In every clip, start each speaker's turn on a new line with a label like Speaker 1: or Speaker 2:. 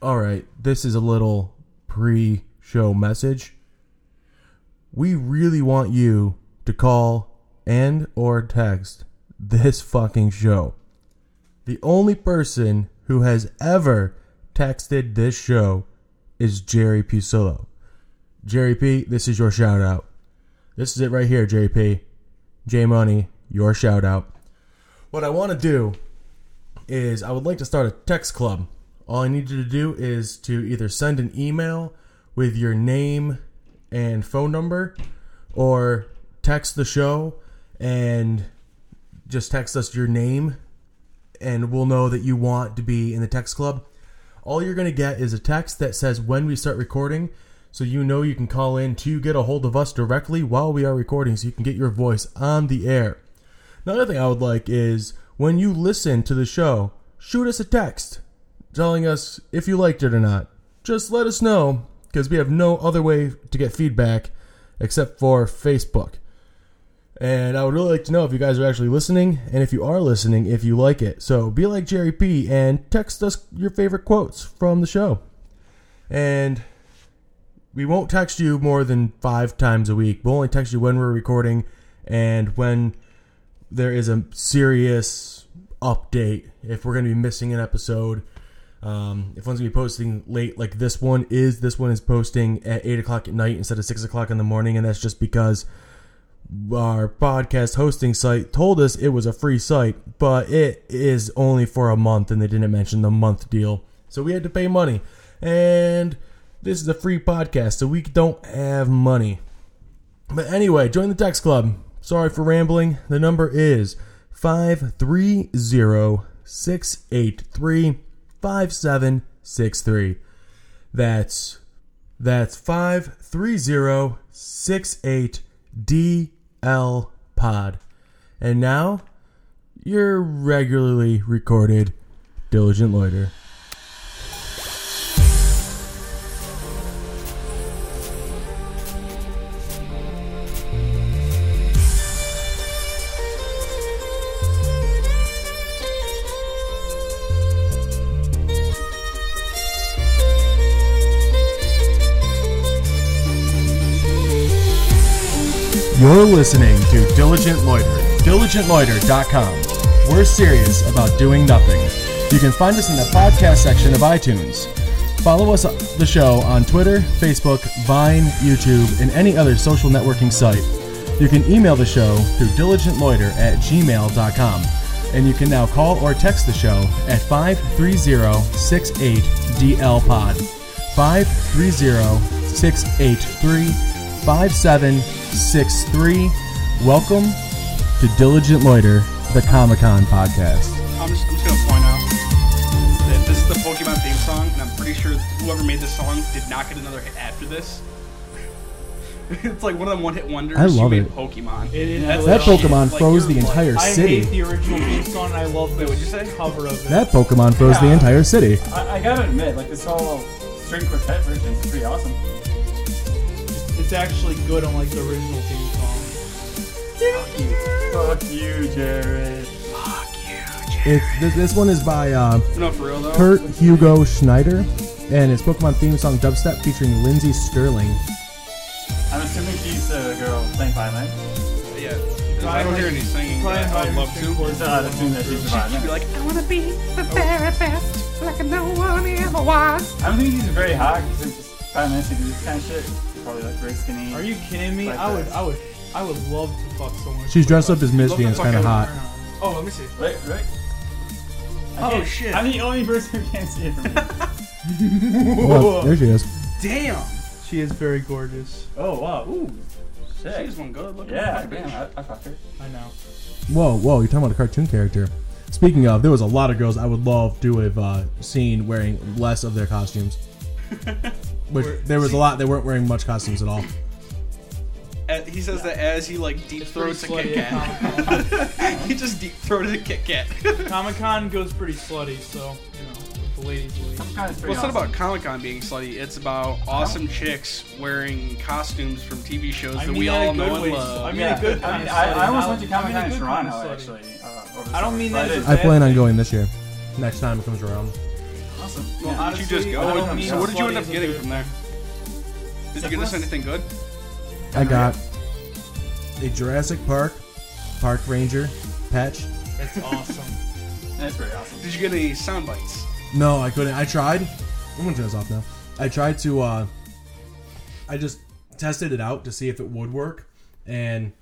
Speaker 1: All right, this is a little pre show message. We really want you to call and or text this fucking show. The only person who has ever texted this show is Jerry Pusillo. Jerry P, this is your shout out. This is it right here, Jerry P. J Money, your shout out. What I want to do is I would like to start a text club. All I need you to do is to either send an email with your name and phone number or text the show and just text us your name and we'll know that you want to be in the text club. All you're going to get is a text that says when we start recording, so you know you can call in to get a hold of us directly while we are recording, so you can get your voice on the air. Another thing I would like is when you listen to the show, shoot us a text telling us if you liked it or not. Just let us know because we have no other way to get feedback except for Facebook. And I would really like to know if you guys are actually listening, and if you are listening, if you like it. So be like Jerry P and text us your favorite quotes from the show. And we won't text you more than five times a week. We'll only text you when we're recording and when there is a serious update. If we're going to be missing an episode, um, if one's going to be posting late, like this one is, this one is posting at 8 o'clock at night instead of 6 o'clock in the morning. And that's just because our podcast hosting site told us it was a free site, but it is only for a month, and they didn't mention the month deal. So we had to pay money. And this is a free podcast, so we don't have money. But anyway, join the text club. Sorry for rambling. The number is 530-683-5763. That's that's 530-68DL pod. And now your regularly recorded diligent loiter. You're listening to Diligent Loiter, diligentloiter.com. We're serious about doing nothing. You can find us in the podcast section of iTunes. Follow us, the show, on Twitter, Facebook, Vine, YouTube, and any other social networking site. You can email the show through diligentloiter at gmail.com. And you can now call or text the show at 530-68DL-POD. 530-683-5763. Welcome to Diligent Loiter, the Comic-Con podcast.
Speaker 2: I'm just, I'm just gonna point out that this is the Pokemon theme song, and I'm pretty sure whoever made this song did not get another hit after this. it's like one of them one-hit wonders.
Speaker 1: I love
Speaker 2: you made
Speaker 1: it.
Speaker 2: Pokemon.
Speaker 3: is
Speaker 2: That's
Speaker 1: That
Speaker 2: the
Speaker 1: Pokemon
Speaker 2: shit.
Speaker 1: froze
Speaker 2: you're
Speaker 1: the entire
Speaker 3: I
Speaker 1: city.
Speaker 3: hate the original theme song. and I love the
Speaker 2: what'd you say?
Speaker 3: cover of it.
Speaker 1: That Pokemon froze the
Speaker 3: Yeah.
Speaker 1: entire city.
Speaker 3: I, I gotta admit, like this whole string quartet version is pretty awesome. It's actually good on like the original theme song. Fuck you, Jared.
Speaker 1: It's, this, this one is by uh,
Speaker 2: No, for real though.
Speaker 1: Kurt Hugo Schneider, and it's Pokemon theme song dubstep featuring Lindsey Sterling.
Speaker 4: I'm assuming she's the girl playing violin.
Speaker 2: yeah. I don't hear any singing. but
Speaker 3: Brian
Speaker 2: I would
Speaker 3: Myers
Speaker 2: love
Speaker 3: String
Speaker 2: to.
Speaker 3: Quartet.
Speaker 4: So I'd assume that she's the
Speaker 2: She'd be
Speaker 4: violin.
Speaker 2: like,
Speaker 5: I wanna be the very best, like no one ever was.
Speaker 4: I don't think she's very hot because it's violinists who do this kind of shit. Probably like very skinny.
Speaker 3: Are you kidding me?
Speaker 4: Like
Speaker 3: I would,
Speaker 4: this.
Speaker 3: I would, I would love to fuck someone.
Speaker 1: She's dressed up as
Speaker 2: Love
Speaker 1: Misty
Speaker 2: the
Speaker 1: and it's kind of hot.
Speaker 2: fuck out of her.
Speaker 3: Oh, let me see.
Speaker 4: Wait, wait. I
Speaker 3: Oh,
Speaker 4: can't-
Speaker 3: shit.
Speaker 4: I'm the only person who can't see it from here.
Speaker 1: Oh, there she is.
Speaker 2: Damn.
Speaker 3: She is very gorgeous.
Speaker 4: oh, wow. Ooh. Shit.
Speaker 2: She's one good looking.
Speaker 4: yeah,
Speaker 2: fucking
Speaker 4: damn.
Speaker 2: bitch.
Speaker 4: I, I fucked her.
Speaker 3: I know.
Speaker 1: Whoa, whoa, you're talking about a cartoon character. Speaking of, there was a lot of girls I would love to have uh, seen wearing less of their costumes. Which there was a lot that weren't wearing much costumes at all.
Speaker 2: Uh, He says that as he like deep throats a Kit Kat. he just deep throated a Kit Kat.
Speaker 3: Comic Con goes pretty slutty, so you know, with the ladies. league.
Speaker 4: Kind of
Speaker 2: Well, it's not about Comic Con being slutty. It's about awesome chicks wearing costumes from TV shows
Speaker 3: I
Speaker 2: that
Speaker 3: mean
Speaker 2: we
Speaker 3: that
Speaker 2: all
Speaker 3: in a
Speaker 2: know
Speaker 3: good
Speaker 2: and
Speaker 3: way.
Speaker 2: love.
Speaker 3: I mean
Speaker 4: Yeah.
Speaker 3: a good
Speaker 4: I,
Speaker 3: kind
Speaker 4: mean,
Speaker 3: of
Speaker 4: I,
Speaker 3: slutty.
Speaker 4: I almost went to
Speaker 3: I
Speaker 4: Comic
Speaker 3: mean a
Speaker 4: Con in
Speaker 3: good
Speaker 4: Toronto,
Speaker 3: kind of slutty.
Speaker 4: actually. Uh, over the
Speaker 3: I don't
Speaker 4: summer,
Speaker 3: mean
Speaker 4: but
Speaker 3: that
Speaker 4: it
Speaker 3: as
Speaker 4: is
Speaker 3: a
Speaker 1: I plan on going this year. Next time it comes around.
Speaker 4: Also,
Speaker 6: awesome.
Speaker 2: Well,
Speaker 6: Yeah.
Speaker 2: did you just
Speaker 6: Honestly,
Speaker 2: go?
Speaker 6: I don't
Speaker 2: and-
Speaker 6: need
Speaker 2: so what did you end up
Speaker 6: slutty
Speaker 2: getting
Speaker 6: as a
Speaker 2: from there? Did you
Speaker 6: Except
Speaker 2: get us
Speaker 6: for us.
Speaker 2: anything good?
Speaker 1: I got a Jurassic Park park ranger patch.
Speaker 6: That's awesome.
Speaker 4: That's pretty awesome.
Speaker 2: Did you get any sound bites?
Speaker 1: No, I couldn't. I tried. I'm gonna turn this off now. I tried to. uh I just tested it out to see if it would work, and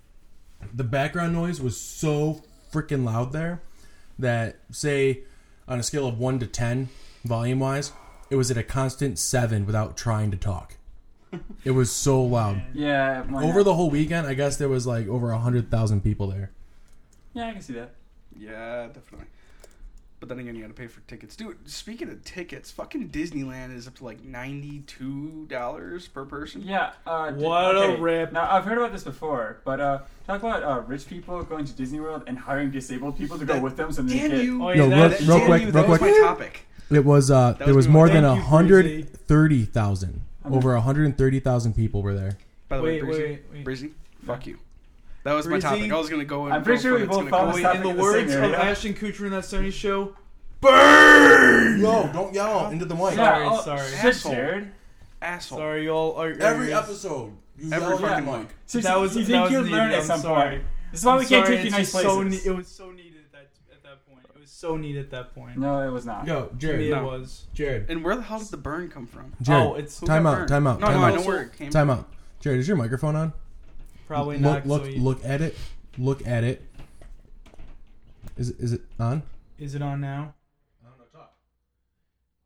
Speaker 1: the background noise was so freaking loud there that, say, on a scale of one to ten, volume wise, it was at a constant seven without trying to talk. It was so loud.
Speaker 4: Yeah, why
Speaker 1: Over
Speaker 4: not?
Speaker 1: the whole weekend, I guess there was like over a hundred thousand people there.
Speaker 4: Yeah, I can see that.
Speaker 2: Yeah, definitely. But then again, you gotta pay for tickets. Dude, speaking of tickets, fucking Disneyland is up to like $92 per person.
Speaker 4: Yeah. Uh, d-
Speaker 6: What a
Speaker 4: okay.
Speaker 6: rip.
Speaker 4: Now I've heard about this before, but uh, talk about uh, rich people going to Disney World and hiring disabled people to go
Speaker 2: That-
Speaker 4: with them, so they
Speaker 2: Damn
Speaker 4: get
Speaker 2: you.
Speaker 6: Oh, yeah, No,
Speaker 2: that,
Speaker 6: real-
Speaker 2: that-
Speaker 1: real
Speaker 2: damn
Speaker 1: quick,
Speaker 2: you,
Speaker 1: real
Speaker 2: that was
Speaker 1: quick.
Speaker 2: my topic.
Speaker 1: It was uh there
Speaker 2: was
Speaker 1: was
Speaker 2: good.
Speaker 1: more than
Speaker 6: Thank you, Breezy.
Speaker 1: 130,000. Over 130,000 people were there.
Speaker 2: By the
Speaker 6: Wait,
Speaker 2: way, Breezy,
Speaker 6: wait, wait.
Speaker 2: Breezy, fuck you. That was my
Speaker 6: Breezy?
Speaker 2: topic. I was gonna go in.
Speaker 4: I'm pretty
Speaker 2: go
Speaker 4: sure
Speaker 2: for
Speaker 4: we
Speaker 2: it's gonna
Speaker 4: both found
Speaker 2: go
Speaker 4: this
Speaker 2: in.
Speaker 6: Wait,
Speaker 4: Stop
Speaker 6: in the
Speaker 4: making the
Speaker 6: words
Speaker 4: same
Speaker 6: of
Speaker 4: area.
Speaker 6: Ashton Kutcher in that Sony show,
Speaker 1: No, don't yell into the mic.
Speaker 6: Sorry,
Speaker 4: Yeah, oh,
Speaker 6: sorry.
Speaker 4: shit,
Speaker 2: Asshole.
Speaker 4: Jared.
Speaker 2: Asshole.
Speaker 6: sorry y'all. Are, are
Speaker 1: Every
Speaker 6: are-
Speaker 1: episode, you
Speaker 2: Every
Speaker 1: yell at
Speaker 2: fucking
Speaker 1: the
Speaker 2: one.
Speaker 1: mic.
Speaker 4: Seriously,
Speaker 6: That was-
Speaker 4: you
Speaker 6: that
Speaker 4: think
Speaker 6: was
Speaker 4: you'll
Speaker 6: needed.
Speaker 4: learn at
Speaker 6: I'm
Speaker 4: some
Speaker 6: sorry.
Speaker 4: point. This is why
Speaker 6: I'm
Speaker 4: we can't
Speaker 6: sorry,
Speaker 4: take you
Speaker 6: it's
Speaker 4: nice
Speaker 6: just
Speaker 4: places.
Speaker 6: So ne- it was so needed at that, at that point. It was so needed at that point.
Speaker 4: no, it was not.
Speaker 1: Yo,
Speaker 6: To me,
Speaker 1: Jared.
Speaker 2: No.
Speaker 6: it was.
Speaker 1: Jared.
Speaker 2: And where the hell did the burn come from?
Speaker 1: Jared.
Speaker 6: Oh, it's
Speaker 2: Who
Speaker 1: Time
Speaker 2: got
Speaker 1: out,
Speaker 2: burned?
Speaker 1: time out,
Speaker 2: No,
Speaker 1: time
Speaker 2: no, I
Speaker 1: out.
Speaker 2: know where it came
Speaker 1: Time out. Jared, is your microphone on?
Speaker 6: probably
Speaker 1: Look
Speaker 6: not.
Speaker 1: look
Speaker 6: so you-
Speaker 1: look at it. Look at it. Is it, is it on?
Speaker 6: Is it on now?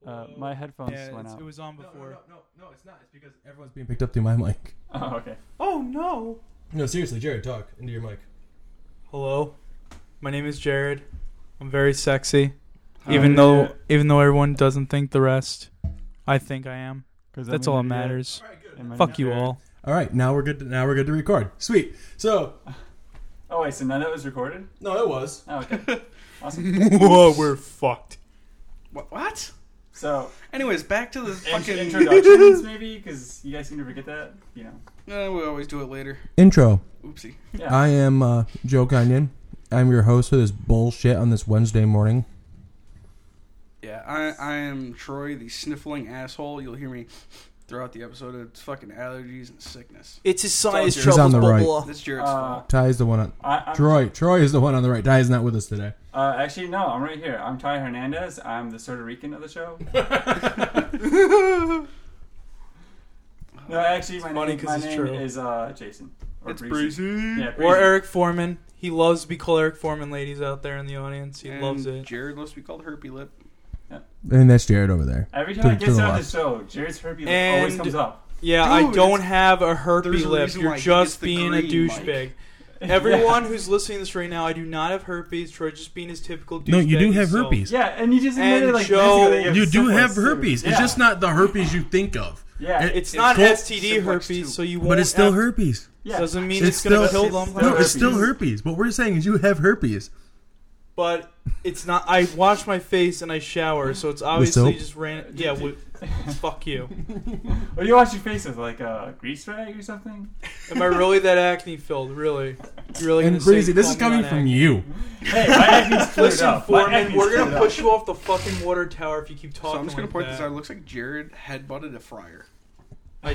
Speaker 4: Uh, my headphones
Speaker 6: Yeah,
Speaker 4: went
Speaker 6: it's-
Speaker 4: out.
Speaker 6: it was on before.
Speaker 1: no, no, it's not. It's because everyone's being picked up through my mic.
Speaker 4: Oh, okay.
Speaker 6: Oh no!
Speaker 1: No, seriously, Jared, talk into your mic.
Speaker 6: Hello, my name is Jared. I'm very sexy,
Speaker 2: Oh,
Speaker 6: even though
Speaker 4: Uh, yeah.
Speaker 6: even though everyone doesn't think the rest. I think I am. That's all that matters. Fuck you all.
Speaker 1: All right, now we're good. To, now we're good to record. Sweet. So,
Speaker 4: Oh wait, so none of that was recorded?
Speaker 1: no, it was.
Speaker 4: Oh, okay. awesome.
Speaker 6: Whoa, we're fucked.
Speaker 2: Wha- What?
Speaker 4: So
Speaker 2: Anyways, back to the fucking.
Speaker 4: in- introductions, maybe, because you guys seem to forget that. You know.
Speaker 2: Eh, we always do it later.
Speaker 1: Intro.
Speaker 2: Oopsie.
Speaker 4: Yeah.
Speaker 1: I am uh, Joe Kenyon. I'm your host for this bullshit on this Wednesday morning.
Speaker 2: Yeah, I, I am Troy, the sniffling asshole. You'll hear me throughout the episode. It's fucking allergies and sickness.
Speaker 7: It's his sinus
Speaker 4: He's
Speaker 7: troubles.
Speaker 1: on the right.
Speaker 6: Oh,
Speaker 7: blah, blah.
Speaker 2: That's Jared's
Speaker 4: Uh,
Speaker 2: fault.
Speaker 1: Ty is the one on.
Speaker 4: I, I'm,
Speaker 1: Troy. Troy is the one on the right. Ty is not with us today.
Speaker 4: Uh, actually, no, I'm right here. I'm Ty Hernandez. I'm the Puerto Rican of the show. no, actually, my
Speaker 6: funny
Speaker 4: name,
Speaker 6: 'cause
Speaker 4: my
Speaker 6: it's
Speaker 4: name
Speaker 6: true.
Speaker 4: is uh, Jason. Or
Speaker 2: It's
Speaker 4: Breezy.
Speaker 2: breezy.
Speaker 4: Yeah,
Speaker 6: Or
Speaker 4: Breezy.
Speaker 6: Eric Foreman. He loves to be called Eric Foreman, ladies out there in the audience. He
Speaker 2: And
Speaker 6: loves it.
Speaker 2: Jared loves to be called Herpy Lip.
Speaker 1: And that's Jared over there.
Speaker 4: Every
Speaker 1: To-
Speaker 4: time I
Speaker 1: to
Speaker 4: get
Speaker 1: the
Speaker 4: on the
Speaker 1: left.
Speaker 4: show, Jared's herpy lip
Speaker 6: And-
Speaker 4: always comes up.
Speaker 6: Yeah,
Speaker 2: Dude,
Speaker 6: I don't
Speaker 2: it's-
Speaker 6: have a herpy
Speaker 2: there's a
Speaker 6: lip.
Speaker 2: reason why
Speaker 6: You're
Speaker 2: he gets
Speaker 6: just
Speaker 2: the
Speaker 6: being a
Speaker 2: green,
Speaker 6: douchebag.
Speaker 2: Mike.
Speaker 6: Everyone who's listening to this right now, I do not have herpes. Troy just being his typical douchebag.
Speaker 1: No, you do have
Speaker 6: himself.
Speaker 1: herpes.
Speaker 4: Yeah, and you just admitted
Speaker 6: And
Speaker 4: like
Speaker 6: Joe-
Speaker 4: minutes ago that
Speaker 1: You do
Speaker 4: syphilis,
Speaker 1: have
Speaker 4: too.
Speaker 1: herpes.
Speaker 4: Yeah.
Speaker 1: It's just not the herpes you think of,
Speaker 4: yeah,
Speaker 1: it-
Speaker 6: It's not
Speaker 1: cold-
Speaker 6: STD
Speaker 2: Syphilis too.
Speaker 6: herpes, so you won't.
Speaker 1: but it's still
Speaker 6: have-
Speaker 1: herpes.
Speaker 4: yeah.
Speaker 6: Doesn't mean
Speaker 1: It's
Speaker 6: it's, gonna
Speaker 1: still-
Speaker 6: kill them.
Speaker 4: It's
Speaker 1: No, it's still
Speaker 4: herpes.
Speaker 1: herpes. What we're saying is you have herpes.
Speaker 6: But it's not. I wash my face and I shower, so it's obviously
Speaker 1: soap?
Speaker 6: just ran. Yeah, with, fuck you.
Speaker 4: What do you wash your face with, like a grease rag or something?
Speaker 6: Am I really that acne filled? Really? You really?
Speaker 1: And
Speaker 6: gonna say
Speaker 1: crazy. This
Speaker 6: call
Speaker 1: is
Speaker 6: me on
Speaker 1: coming from
Speaker 6: acne?
Speaker 1: you.
Speaker 4: Hey, my acne's cleared
Speaker 6: Listen,
Speaker 4: up. My
Speaker 6: Foreman,
Speaker 4: acne's
Speaker 6: we're
Speaker 4: cleared
Speaker 6: gonna
Speaker 4: up.
Speaker 6: push you off the fucking water tower if you keep talking.
Speaker 2: So I'm just gonna
Speaker 6: like
Speaker 2: point
Speaker 6: that.
Speaker 2: this out. It looks like Jared headbutted a fryer.
Speaker 6: I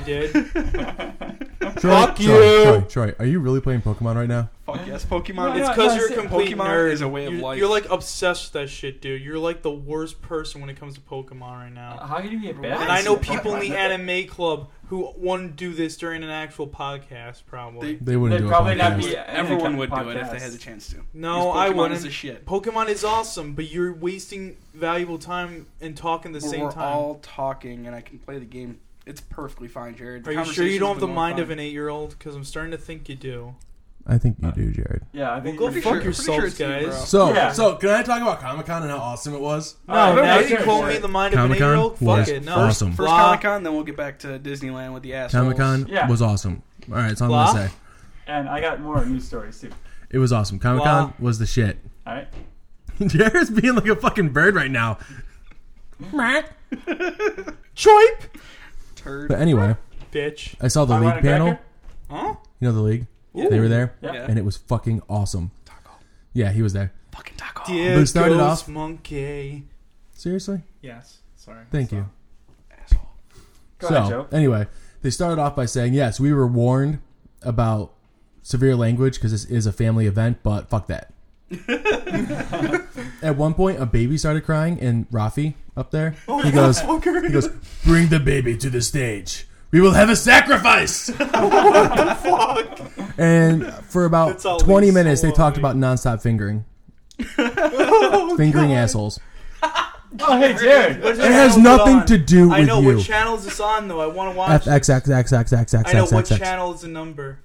Speaker 6: did.
Speaker 1: Troy,
Speaker 6: Fuck
Speaker 1: Troy,
Speaker 6: you.
Speaker 1: Troy, Troy, are you really playing Pokemon right now?
Speaker 2: Fuck yes, Pokemon. It's
Speaker 6: It's
Speaker 4: no,
Speaker 6: because
Speaker 4: no,
Speaker 6: you're a
Speaker 4: it's-
Speaker 6: complete
Speaker 2: Pokemon
Speaker 6: nerd.
Speaker 2: is a way of
Speaker 6: you're,
Speaker 2: life.
Speaker 6: You're like obsessed with that shit, dude. You're like the worst person when it comes to Pokemon right
Speaker 2: Uh,
Speaker 6: now.
Speaker 4: How can you get bad?
Speaker 6: and I
Speaker 2: I
Speaker 6: know
Speaker 2: see
Speaker 6: people in the
Speaker 4: Pokemon.
Speaker 6: anime club who wouldn't do this during an actual podcast, probably.
Speaker 2: They-
Speaker 1: They wouldn't
Speaker 4: They'd
Speaker 1: do
Speaker 4: probably
Speaker 1: it.
Speaker 4: not be-
Speaker 2: everyone would do it if
Speaker 4: podcast.
Speaker 2: they had the chance to.
Speaker 6: no,
Speaker 2: Because
Speaker 6: I
Speaker 2: Pokemon
Speaker 6: wouldn't.
Speaker 2: Is a shit.
Speaker 6: Pokemon is awesome, but you're wasting valuable time and talking at the
Speaker 2: We're-
Speaker 6: same
Speaker 2: we're
Speaker 6: time.
Speaker 2: all talking, and I can play the game. It's perfectly fine, Jared. The
Speaker 6: Are you sure you don't have the mind of
Speaker 2: an?
Speaker 6: an eight-year-old? Because I'm starting to think you do.
Speaker 1: I think you do, Jared.
Speaker 4: Yeah, I think
Speaker 6: Well, go
Speaker 4: you're-
Speaker 6: fuck
Speaker 2: Pretty
Speaker 6: yourselves,
Speaker 2: it's you,
Speaker 6: guys.
Speaker 2: bro.
Speaker 1: So,
Speaker 4: Yeah.
Speaker 1: so can I talk about Comic Con and how awesome it was?
Speaker 6: No,
Speaker 4: Alright,
Speaker 6: now
Speaker 4: let's
Speaker 6: you
Speaker 4: hear
Speaker 6: call
Speaker 4: it.
Speaker 6: me the mind of an
Speaker 1: Comic-Con
Speaker 6: eight-year-old. Fuck
Speaker 1: was
Speaker 6: it, no.
Speaker 1: awesome.
Speaker 2: First
Speaker 6: Blah.
Speaker 2: Comic Con, then we'll get back to Disneyland with the assholes.
Speaker 1: Comic Con
Speaker 4: Yeah.
Speaker 1: was awesome. All right, that's all I'm
Speaker 6: Blah.
Speaker 1: gonna say.
Speaker 4: And I got more news stories too.
Speaker 1: It was awesome. Comic Con was the shit.
Speaker 4: All right.
Speaker 1: Jared's being like a fucking bird right now.
Speaker 6: Choip,
Speaker 2: Turd.
Speaker 1: But anyway,
Speaker 6: bitch.
Speaker 1: I saw the
Speaker 4: I want
Speaker 1: league
Speaker 4: a
Speaker 1: panel.
Speaker 4: cracker.
Speaker 6: Huh?
Speaker 1: You know the league. They were there,
Speaker 4: Yeah.
Speaker 1: and it was fucking awesome. Yeah, he was there.
Speaker 2: Fucking taco.
Speaker 6: Dear
Speaker 1: But it started
Speaker 6: Ghost
Speaker 1: off-
Speaker 6: Monkey.
Speaker 1: Seriously,
Speaker 6: Yes. Sorry.
Speaker 1: Thank you.
Speaker 2: Asshole.
Speaker 4: Go
Speaker 1: so
Speaker 4: ahead, Joe.
Speaker 1: anyway, they started off by saying, "Yes, we were warned about severe language because this is a family event, but fuck that." At one point, a baby started crying, and Rafi up there, he goes, "He goes, bring the baby to the stage. We will have a sacrifice." And for about
Speaker 6: That's all
Speaker 1: twenty
Speaker 6: we
Speaker 1: minutes,
Speaker 6: saw,
Speaker 1: they talked
Speaker 6: I
Speaker 1: about nonstop fingering, fingering assholes.
Speaker 4: Oh, hey, dude.
Speaker 6: What
Speaker 1: It has
Speaker 6: channel is
Speaker 1: nothing
Speaker 6: on?
Speaker 1: to do
Speaker 6: I
Speaker 1: with
Speaker 6: know
Speaker 1: you.
Speaker 6: what channel is this on though. I want to watch.
Speaker 1: F X X X X X X
Speaker 6: I know
Speaker 1: X
Speaker 6: what
Speaker 1: X X.
Speaker 6: channel is the number.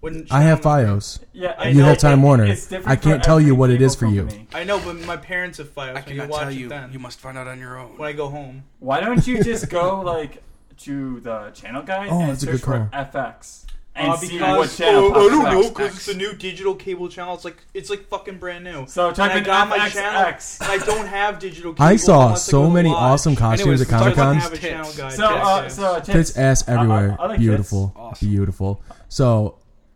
Speaker 6: What
Speaker 1: I have
Speaker 6: channel number.
Speaker 1: FiOS.
Speaker 4: Yeah, I
Speaker 1: You
Speaker 4: know,
Speaker 1: have Time
Speaker 4: it-
Speaker 1: Warner.
Speaker 4: it's different
Speaker 1: I can't
Speaker 4: for
Speaker 1: tell you
Speaker 4: every
Speaker 1: what it is
Speaker 4: cable
Speaker 1: for you.
Speaker 4: company.
Speaker 6: I know, but my parents have files.
Speaker 2: I
Speaker 6: so you
Speaker 2: cannot
Speaker 6: watch
Speaker 2: tell
Speaker 6: it
Speaker 2: you.
Speaker 6: Then.
Speaker 2: You must find out on your own.
Speaker 6: when I go home.
Speaker 4: Why don't you just go like to the channel guide
Speaker 1: Oh,
Speaker 4: and
Speaker 1: that's a good
Speaker 4: search
Speaker 1: call.
Speaker 4: for FX and
Speaker 6: Uh,
Speaker 4: see
Speaker 6: because-
Speaker 4: what channel
Speaker 6: oh,
Speaker 4: pops
Speaker 6: I don't
Speaker 4: up.
Speaker 6: know
Speaker 2: X,
Speaker 6: because
Speaker 2: X.
Speaker 6: it's a new digital cable channel. It's like it's like fucking brand new.
Speaker 4: So
Speaker 6: And
Speaker 4: type
Speaker 6: I
Speaker 4: in
Speaker 6: got my
Speaker 4: FXX.
Speaker 6: channel. and I don't have digital. cable
Speaker 1: I saw
Speaker 6: unless I
Speaker 1: so
Speaker 6: go
Speaker 1: many
Speaker 6: live.
Speaker 1: awesome costumes
Speaker 2: Anyways,
Speaker 1: at
Speaker 2: let's
Speaker 1: Comic
Speaker 2: talk
Speaker 6: So I don't
Speaker 1: Con.
Speaker 6: have a
Speaker 2: Tits.
Speaker 6: channel guide.
Speaker 4: So, uh,
Speaker 6: Tits.
Speaker 4: so tits,
Speaker 1: Tits ass everywhere.
Speaker 4: I- I like tits.
Speaker 1: beautiful,
Speaker 2: Awesome.
Speaker 1: beautiful. So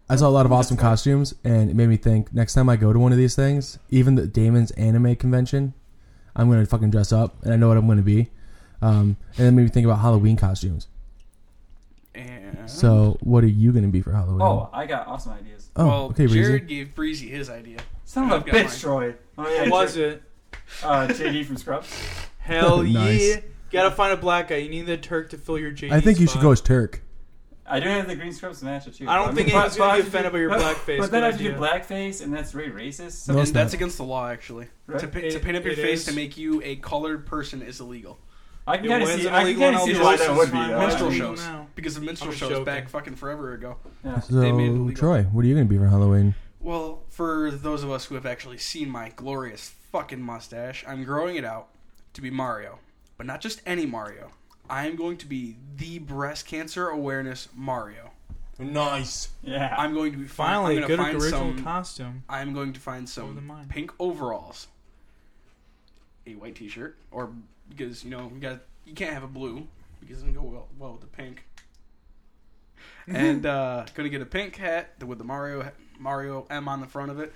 Speaker 1: I saw a lot of awesome costumes, and it made me think. Next time I go to one of these things, even the Damon's anime convention, I'm gonna fucking dress up, and I know what I'm gonna be. Um, and it made me think about Halloween costumes.
Speaker 2: And
Speaker 1: uh, So what are you gonna be for Halloween?
Speaker 4: Oh, I got awesome ideas.
Speaker 1: Oh,
Speaker 2: well,
Speaker 1: okay, Breezy.
Speaker 2: Jared gave Breezy his idea.
Speaker 4: Son of
Speaker 2: I've
Speaker 4: a
Speaker 2: got
Speaker 4: bitch,
Speaker 2: mine.
Speaker 4: Troy. Oh yeah,
Speaker 6: What was
Speaker 4: J-
Speaker 6: it?
Speaker 4: Uh, JD from Scrubs.
Speaker 6: Hell
Speaker 1: Nice.
Speaker 6: yeah! Gotta find a black guy. You need the Turk to fill your JD.
Speaker 1: I think you should
Speaker 6: spot.
Speaker 1: go as Turk.
Speaker 4: I do have the green Scrubs match too.
Speaker 6: I don't
Speaker 4: but-
Speaker 6: think
Speaker 4: but-
Speaker 6: anyone's gonna
Speaker 4: but
Speaker 6: be
Speaker 4: I-
Speaker 6: offended by your
Speaker 4: but-
Speaker 6: blackface.
Speaker 4: But then
Speaker 6: Good
Speaker 4: I have to do
Speaker 6: idea.
Speaker 4: blackface, and that's very racist. So
Speaker 1: No,
Speaker 2: And
Speaker 1: it's
Speaker 2: that's
Speaker 1: not.
Speaker 2: against the law, actually.
Speaker 4: Right?
Speaker 2: To, pa- to
Speaker 6: It-
Speaker 2: paint up your
Speaker 6: it
Speaker 2: face
Speaker 6: is.
Speaker 2: to make you a colored person is illegal.
Speaker 4: I can
Speaker 6: It
Speaker 4: kind of
Speaker 6: was
Speaker 4: see.
Speaker 6: an
Speaker 4: I
Speaker 6: illegal
Speaker 4: can kind
Speaker 6: and
Speaker 4: of see
Speaker 6: I'll
Speaker 4: why
Speaker 6: do
Speaker 4: that
Speaker 6: it.
Speaker 4: would
Speaker 6: It's
Speaker 4: be. though.
Speaker 6: fine.
Speaker 2: minstrel
Speaker 6: I mean,
Speaker 2: shows.
Speaker 6: now.
Speaker 2: Because of minstrel
Speaker 6: uh, I'm
Speaker 2: shows
Speaker 6: joking.
Speaker 2: back fucking forever ago.
Speaker 4: Yeah.
Speaker 2: They made it
Speaker 1: So
Speaker 2: legal.
Speaker 1: Troy, what are you gonna be for Halloween?
Speaker 2: Well, for those of us who have actually seen my glorious fucking mustache, I'm growing it out to be Mario. But not just any Mario. I am going to be the breast cancer awareness Mario.
Speaker 1: Nice.
Speaker 4: Yeah.
Speaker 2: I'm going to be
Speaker 6: Finally,
Speaker 2: I'm
Speaker 6: a good
Speaker 2: gonna find
Speaker 6: original
Speaker 2: some,
Speaker 6: costume.
Speaker 2: I'm going to find
Speaker 6: Over the
Speaker 2: some
Speaker 6: mine.
Speaker 2: pink overalls, a white T-shirt, or because you know you got you can't have a blue because it doesn't go well, well with the pink.
Speaker 6: Mm-hmm.
Speaker 2: and uh, gonna get a pink hat with the Mario Mario M on the front of it,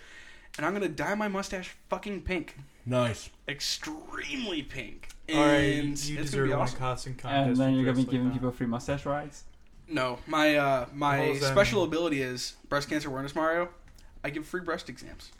Speaker 2: and I'm gonna dye my mustache fucking pink,
Speaker 1: Nice.
Speaker 2: extremely pink. And
Speaker 6: All right,
Speaker 2: it's
Speaker 6: you
Speaker 2: gonna
Speaker 6: deserve
Speaker 2: be
Speaker 6: to win a
Speaker 2: awesome.
Speaker 6: costume contest.
Speaker 4: and then
Speaker 6: for
Speaker 4: you're gonna be
Speaker 6: dress like
Speaker 4: giving
Speaker 6: that.
Speaker 4: people free mustache rides.
Speaker 2: No, my uh,
Speaker 6: What
Speaker 2: my
Speaker 6: does that
Speaker 2: special
Speaker 6: mean?
Speaker 2: ability is breast cancer awareness. Mario, I give free breast exams.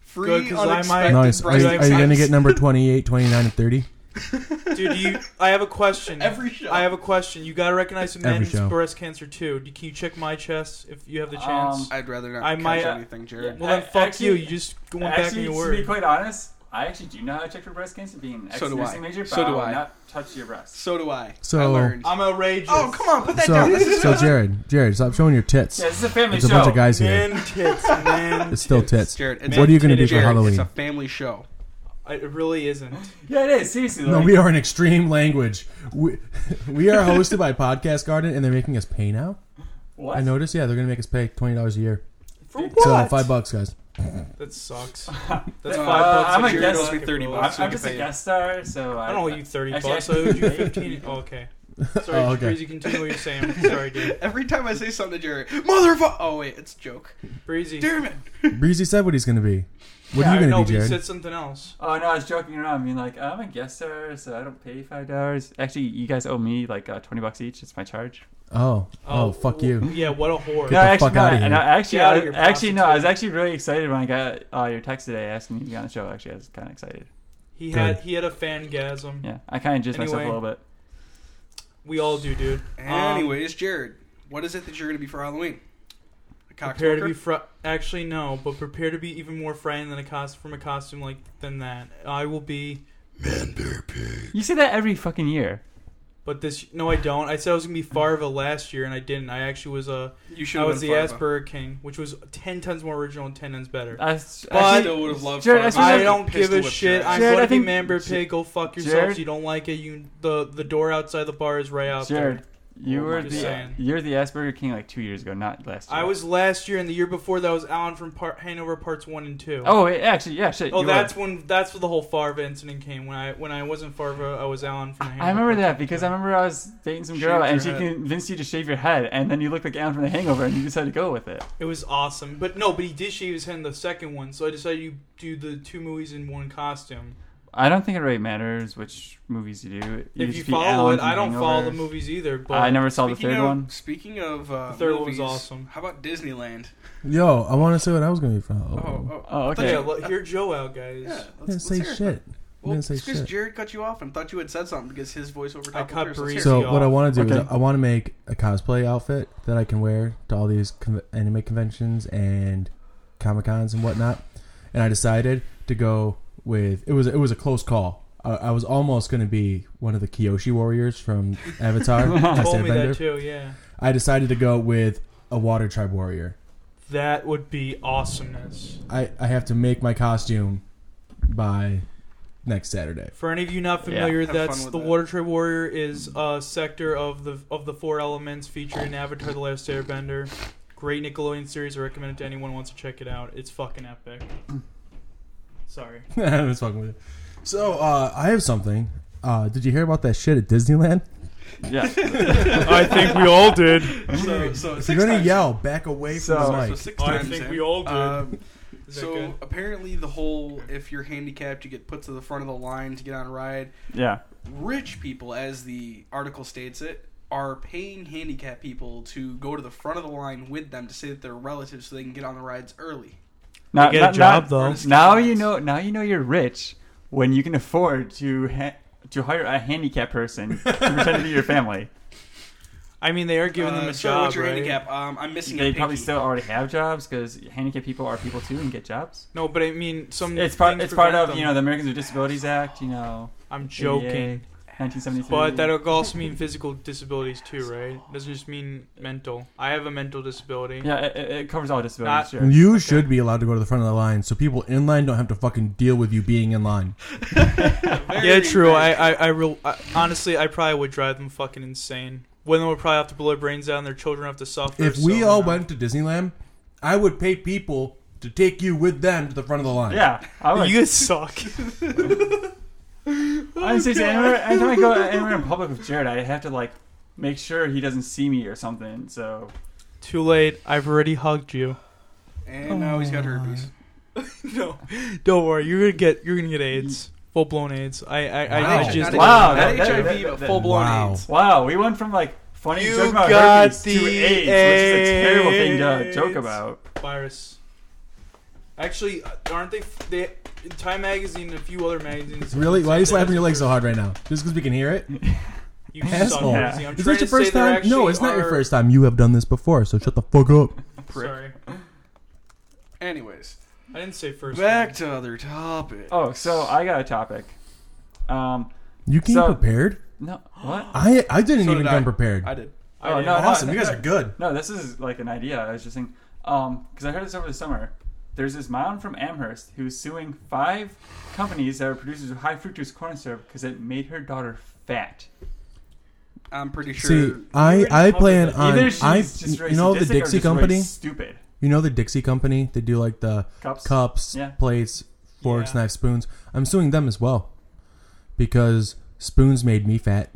Speaker 2: Free
Speaker 6: Good, 'cause I might-
Speaker 2: unexpected
Speaker 1: Nice. Are
Speaker 2: breast
Speaker 1: you,
Speaker 6: Right.
Speaker 1: are you gonna
Speaker 2: exams.
Speaker 1: get number 28, 29, and thirty?
Speaker 6: Dude, do you, I have a question.
Speaker 2: Every show.
Speaker 6: I have a question. You gotta recognize the
Speaker 1: Every
Speaker 6: men's
Speaker 1: show.
Speaker 6: breast cancer too. Do- Can you check my chest if you have the
Speaker 4: Um,
Speaker 6: chance?
Speaker 2: I'd rather not
Speaker 6: I
Speaker 2: catch
Speaker 6: might- uh,
Speaker 2: anything, Jared.
Speaker 6: well, then
Speaker 4: I-
Speaker 6: fuck you.
Speaker 4: actually-
Speaker 6: You just went back on
Speaker 4: Actually,
Speaker 6: your
Speaker 4: to be
Speaker 6: word.
Speaker 4: quite honest, I actually do know how to check for breast cancer. Being an
Speaker 2: So do
Speaker 4: ex-nursing
Speaker 2: I.
Speaker 4: major, but
Speaker 2: So do
Speaker 4: I will
Speaker 2: I.
Speaker 4: not touch your breast.
Speaker 2: So do I.
Speaker 1: So-
Speaker 2: I learned.
Speaker 6: I'm outrageous.
Speaker 2: oh, come on, put that down.
Speaker 1: So,
Speaker 2: This is
Speaker 1: so Jared, Jared, stop showing your tits.
Speaker 4: Yeah, this is a family
Speaker 1: There's a
Speaker 4: show.
Speaker 1: bunch of guys here.
Speaker 6: Man tits, man.
Speaker 1: It's still
Speaker 6: tits.
Speaker 1: tits.
Speaker 2: Jared. It's
Speaker 1: What are you gonna
Speaker 2: to
Speaker 1: be for Halloween?
Speaker 2: It's a family show.
Speaker 6: I, it really isn't.
Speaker 4: Yeah, it is. Seriously,
Speaker 1: No,
Speaker 4: like,
Speaker 1: we are an extreme language. We, we are hosted by Podcast Garden, and they're making us pay now.
Speaker 4: what?
Speaker 1: I noticed. Yeah, they're gonna make us pay twenty dollars a year.
Speaker 6: For what?
Speaker 1: So five bucks, guys.
Speaker 6: That sucks. That's
Speaker 4: Uh,
Speaker 6: five bucks.
Speaker 4: I'm
Speaker 6: a
Speaker 4: a
Speaker 6: year.
Speaker 4: guest-
Speaker 6: Fuck it,
Speaker 2: $30
Speaker 6: bro.
Speaker 4: I'm,
Speaker 2: bucks.
Speaker 6: I,
Speaker 4: I'm just a guest star, so I,
Speaker 6: I don't owe you thirty
Speaker 4: Actually,
Speaker 6: bucks. I
Speaker 4: I-
Speaker 6: owe you fifteen. Oh, okay. Sorry,
Speaker 1: Oh,
Speaker 6: oh,
Speaker 1: okay.
Speaker 6: Breezy. Continue what you're saying. Sorry, dude.
Speaker 2: Every time I say something to Jared, motherfucker. Oh wait, it's a joke.
Speaker 6: Breezy.
Speaker 2: Damn it.
Speaker 1: Breezy said what he's gonna be. What
Speaker 4: Yeah,
Speaker 1: are you gonna
Speaker 6: no,
Speaker 1: be,
Speaker 6: but you
Speaker 1: Jared?
Speaker 6: said something else.
Speaker 4: Oh no, I was joking around. I mean, like I'm a guest star, so I don't pay five dollars. Actually, you guys owe me like uh, twenty bucks each. It's my charge.
Speaker 1: oh, oh, fuck
Speaker 6: w-
Speaker 1: you.
Speaker 6: Yeah, what a
Speaker 1: Get
Speaker 6: whore.
Speaker 1: the
Speaker 4: actually,
Speaker 1: fuck outta
Speaker 4: no,
Speaker 1: here.
Speaker 4: no, actually,
Speaker 6: Get outta
Speaker 4: I-
Speaker 6: here,
Speaker 4: actually, no. I was
Speaker 6: prostitute.
Speaker 4: actually really excited when I got uh, your text today asking you to be on the show. Actually, I was kind of excited.
Speaker 6: He had he had a fangasm.
Speaker 4: Yeah, I kind of jizzed myself a
Speaker 6: Anyway.
Speaker 4: little bit.
Speaker 6: We all do, dude. Um,
Speaker 2: Anyways, Jared, what is it that you're gonna be for Halloween? A
Speaker 6: prepare to be
Speaker 2: cocksmoker?
Speaker 6: fr- actually no, but prepare to be even more frightened than a cost from a costume like than that. I will be,
Speaker 4: You say that every fucking year.
Speaker 6: but this no, I don't. I said I was gonna be Farva last year, and I didn't. I actually was a
Speaker 2: You should
Speaker 6: I
Speaker 2: have
Speaker 6: was the
Speaker 2: been Farva.
Speaker 6: Asperger King, which was ten times more original and ten times better.
Speaker 4: I, s-
Speaker 6: But-
Speaker 2: I
Speaker 4: actually-
Speaker 2: still would have loved
Speaker 4: Jared,
Speaker 2: Farva.
Speaker 4: I
Speaker 6: I
Speaker 4: Jared-
Speaker 6: don't give
Speaker 2: Pistol
Speaker 6: a
Speaker 2: whip
Speaker 6: shit.
Speaker 2: Jared.
Speaker 6: I'm
Speaker 4: Jared,
Speaker 6: going
Speaker 4: I
Speaker 6: to be
Speaker 4: think-
Speaker 6: Member
Speaker 4: J-
Speaker 6: Pig. Go fuck
Speaker 4: Jared?
Speaker 6: yourselves. You don't like it. You the the door outside the bar is right out there.
Speaker 4: Jared, you
Speaker 2: Oh
Speaker 4: were
Speaker 2: my
Speaker 4: the uh,
Speaker 6: God.
Speaker 4: you're the Asperger King like two years ago, not last year.
Speaker 6: I was last year and the year before that was Alan from part, Hanover Parts One and Two.
Speaker 4: Oh, wait, actually, yeah, shit.
Speaker 6: Oh,
Speaker 4: you were.
Speaker 6: that's when that's when the whole Farva incident came. When I when I wasn't Farva, I was Alan from. Hanover
Speaker 4: I remember
Speaker 6: Parts
Speaker 4: that
Speaker 6: One
Speaker 4: because
Speaker 6: and
Speaker 4: I remember I was dating some
Speaker 2: Shave
Speaker 4: girl and she
Speaker 2: your head.
Speaker 4: convinced you to shave your head, and then you looked like Alan from The Hangover, and you decided to go with it.
Speaker 6: Two. it was awesome. But no, but he did shave his head in the second one, so I decided you do the two movies in one costume.
Speaker 4: I don't think it really matters which movies you do. You
Speaker 6: If you
Speaker 4: just be
Speaker 6: follow
Speaker 4: Alan
Speaker 6: it,
Speaker 4: from
Speaker 6: I don't follow the
Speaker 4: Hangovers.
Speaker 6: movies either. But
Speaker 4: I never saw the
Speaker 2: Speaking
Speaker 4: third
Speaker 2: of,
Speaker 4: one.
Speaker 2: Speaking of uh,
Speaker 6: The third one was
Speaker 2: movies,
Speaker 6: awesome.
Speaker 2: How about Disneyland?
Speaker 1: Yo, I want to say what I was gonna be following.
Speaker 2: Oh, oh,
Speaker 4: Oh,
Speaker 6: But yeah,
Speaker 4: okay.
Speaker 6: let- hear Joe out, guys.
Speaker 2: yeah.
Speaker 1: I didn't
Speaker 2: Let's,
Speaker 1: say
Speaker 2: let's hear it.
Speaker 1: shit. I
Speaker 2: Well,
Speaker 1: didn't say
Speaker 2: it's because
Speaker 1: shit.
Speaker 2: Jared cut you off and thought you had said something because his voice over
Speaker 6: I
Speaker 2: top.
Speaker 6: cut Breeze
Speaker 1: So
Speaker 6: off.
Speaker 1: what I want to do is
Speaker 4: Okay.
Speaker 1: I want to make a cosplay outfit that I can wear to all these con- anime conventions and comic cons and whatnot. And I decided to go with it was it was a close call. I, I was almost going to be one of the Kyoshi warriors from Avatar.
Speaker 4: Told
Speaker 1: Last
Speaker 6: Told me that
Speaker 1: Airbender.
Speaker 6: too. Yeah,
Speaker 1: I decided to go with a water tribe warrior.
Speaker 6: that would be awesomeness.
Speaker 1: I I have to make my costume by next Saturday.
Speaker 6: For any of you not
Speaker 4: Yeah.
Speaker 6: familiar,
Speaker 2: Have fun
Speaker 6: that's
Speaker 2: with
Speaker 6: the
Speaker 2: that.
Speaker 6: Water Tribe Warrior is a sector of the of the four elements featured in Avatar: The Last Airbender. Great Nickelodeon series. I recommend it to anyone who wants to check it out. It's fucking epic. Sorry.
Speaker 1: I was fucking with you. So uh, I have something. Uh, did you hear about that shit at Disneyland?
Speaker 4: Yeah.
Speaker 6: I think we all did.
Speaker 2: So, so
Speaker 1: If
Speaker 2: six
Speaker 1: you're gonna
Speaker 2: times.
Speaker 1: yell, back away from
Speaker 4: So-
Speaker 1: the
Speaker 2: So
Speaker 1: mic.
Speaker 2: six
Speaker 6: I
Speaker 2: times
Speaker 6: think
Speaker 2: in.
Speaker 6: we all did.
Speaker 2: Um,
Speaker 6: Is that
Speaker 2: so
Speaker 6: good?
Speaker 2: apparently, the whole if you're handicapped, you get put to the front of the line to get on a ride.
Speaker 4: Yeah.
Speaker 2: Rich people, as the article states it, are paying handicapped people to go to the front of the line with them to say that they're relatives so they can get on the rides early.
Speaker 4: Now,
Speaker 6: get a
Speaker 4: now-
Speaker 6: job,
Speaker 4: now-
Speaker 6: though.
Speaker 4: Now you know. Now you know you're rich when you can afford to ha- to hire a handicapped person to pretend to be your family.
Speaker 6: I mean, they are giving them
Speaker 2: Uh,
Speaker 6: a
Speaker 2: sir,
Speaker 6: job,
Speaker 2: What's your
Speaker 6: right?
Speaker 2: handicap? Um, I'm missing a
Speaker 4: They probably
Speaker 2: pinky.
Speaker 4: still already have jobs because handicapped people are people too and get jobs.
Speaker 6: No, but I mean, some.
Speaker 4: It's part.
Speaker 6: things
Speaker 4: It's part
Speaker 6: prevent
Speaker 4: of
Speaker 6: them.
Speaker 4: you know the Americans with Disabilities Act. You know,
Speaker 6: I'm
Speaker 4: ADA,
Speaker 6: joking,
Speaker 4: 1973.
Speaker 6: but that'll also mean physical disabilities too, right? Doesn't just mean mental. I have a mental disability.
Speaker 4: yeah, it, it- it covers all disabilities.
Speaker 6: Not-
Speaker 4: sure.
Speaker 1: You should be allowed to go to the front of the line, so people in line don't have to fucking deal with you being in line.
Speaker 2: Very
Speaker 6: Yeah, true. I,
Speaker 2: bad.
Speaker 6: I, I, real, I honestly, I probably would drive them fucking insane. Women would probably have to blow their brains out, and their children have to suffer.
Speaker 1: If we
Speaker 6: so,
Speaker 1: all
Speaker 6: no.
Speaker 1: went to Disneyland, I would pay people to take you with them to the front of the line.
Speaker 4: Yeah, I would.
Speaker 6: you guys suck.
Speaker 4: Honestly, see, anywhere, anytime I go anywhere in public with Jared, I have to like make sure he doesn't see me or something. So
Speaker 6: Too late. I've already hugged you.
Speaker 2: And now he's got herpes.
Speaker 6: No, don't worry. You're gonna get. You're gonna get AIDS. Full blown AIDS. I, I, I,
Speaker 1: Wow.
Speaker 6: I just.
Speaker 4: Wow.
Speaker 2: not
Speaker 4: that-
Speaker 2: HIV,
Speaker 4: that-
Speaker 2: but
Speaker 4: that-
Speaker 2: full blown
Speaker 1: Wow.
Speaker 2: AIDS.
Speaker 4: wow, we went from like funny
Speaker 6: You
Speaker 4: joke about
Speaker 6: got
Speaker 4: herpes to
Speaker 6: the
Speaker 4: AIDS, which is a terrible thing to joke
Speaker 6: AIDS.
Speaker 4: about.
Speaker 6: virus. Actually, uh, aren't they? They Time Magazine and a few other magazines.
Speaker 1: Really? Why are you
Speaker 6: said
Speaker 1: slapping
Speaker 6: that
Speaker 1: your leg so hard right now? Just because we can hear it?
Speaker 6: You
Speaker 1: Asshole.
Speaker 6: suck, Ramsey. I'm
Speaker 1: Is this
Speaker 6: trying to
Speaker 1: your first
Speaker 6: say there
Speaker 1: time? No,
Speaker 6: actually
Speaker 1: it's not your
Speaker 6: are-
Speaker 1: first time. You have done this before, so shut the fuck up.
Speaker 6: Sorry,
Speaker 2: Anyways,
Speaker 6: I didn't say first.
Speaker 2: back
Speaker 6: time.
Speaker 2: to other topic.
Speaker 4: Oh, so I got a topic. Um,
Speaker 1: You came
Speaker 4: So-
Speaker 1: prepared?
Speaker 4: no, what?
Speaker 1: I I didn't
Speaker 2: So
Speaker 1: even
Speaker 2: did
Speaker 1: come
Speaker 2: I.
Speaker 1: prepared.
Speaker 2: I did.
Speaker 6: I
Speaker 4: Oh,
Speaker 6: did.
Speaker 4: no,
Speaker 1: awesome. You guys are good.
Speaker 4: No, this is like an idea. I was just thinking, um, because I heard this over the summer. There's this mom from Amherst who's suing five companies that are producers of high fructose corn syrup because it made her daughter fat.
Speaker 2: I'm pretty sure.
Speaker 1: See, uh, I, I plan on.
Speaker 4: Either she's
Speaker 1: Uh, I,
Speaker 4: just really
Speaker 1: you know the
Speaker 4: sadistic or
Speaker 1: Dixie
Speaker 4: just really
Speaker 1: Company?
Speaker 4: stupid
Speaker 1: You know the Dixie Company? They do like the
Speaker 4: cups.
Speaker 1: cups,
Speaker 4: Yeah.
Speaker 1: plates, forks,
Speaker 6: Yeah.
Speaker 1: knives, spoons. I'm suing them as well because spoons made me fat.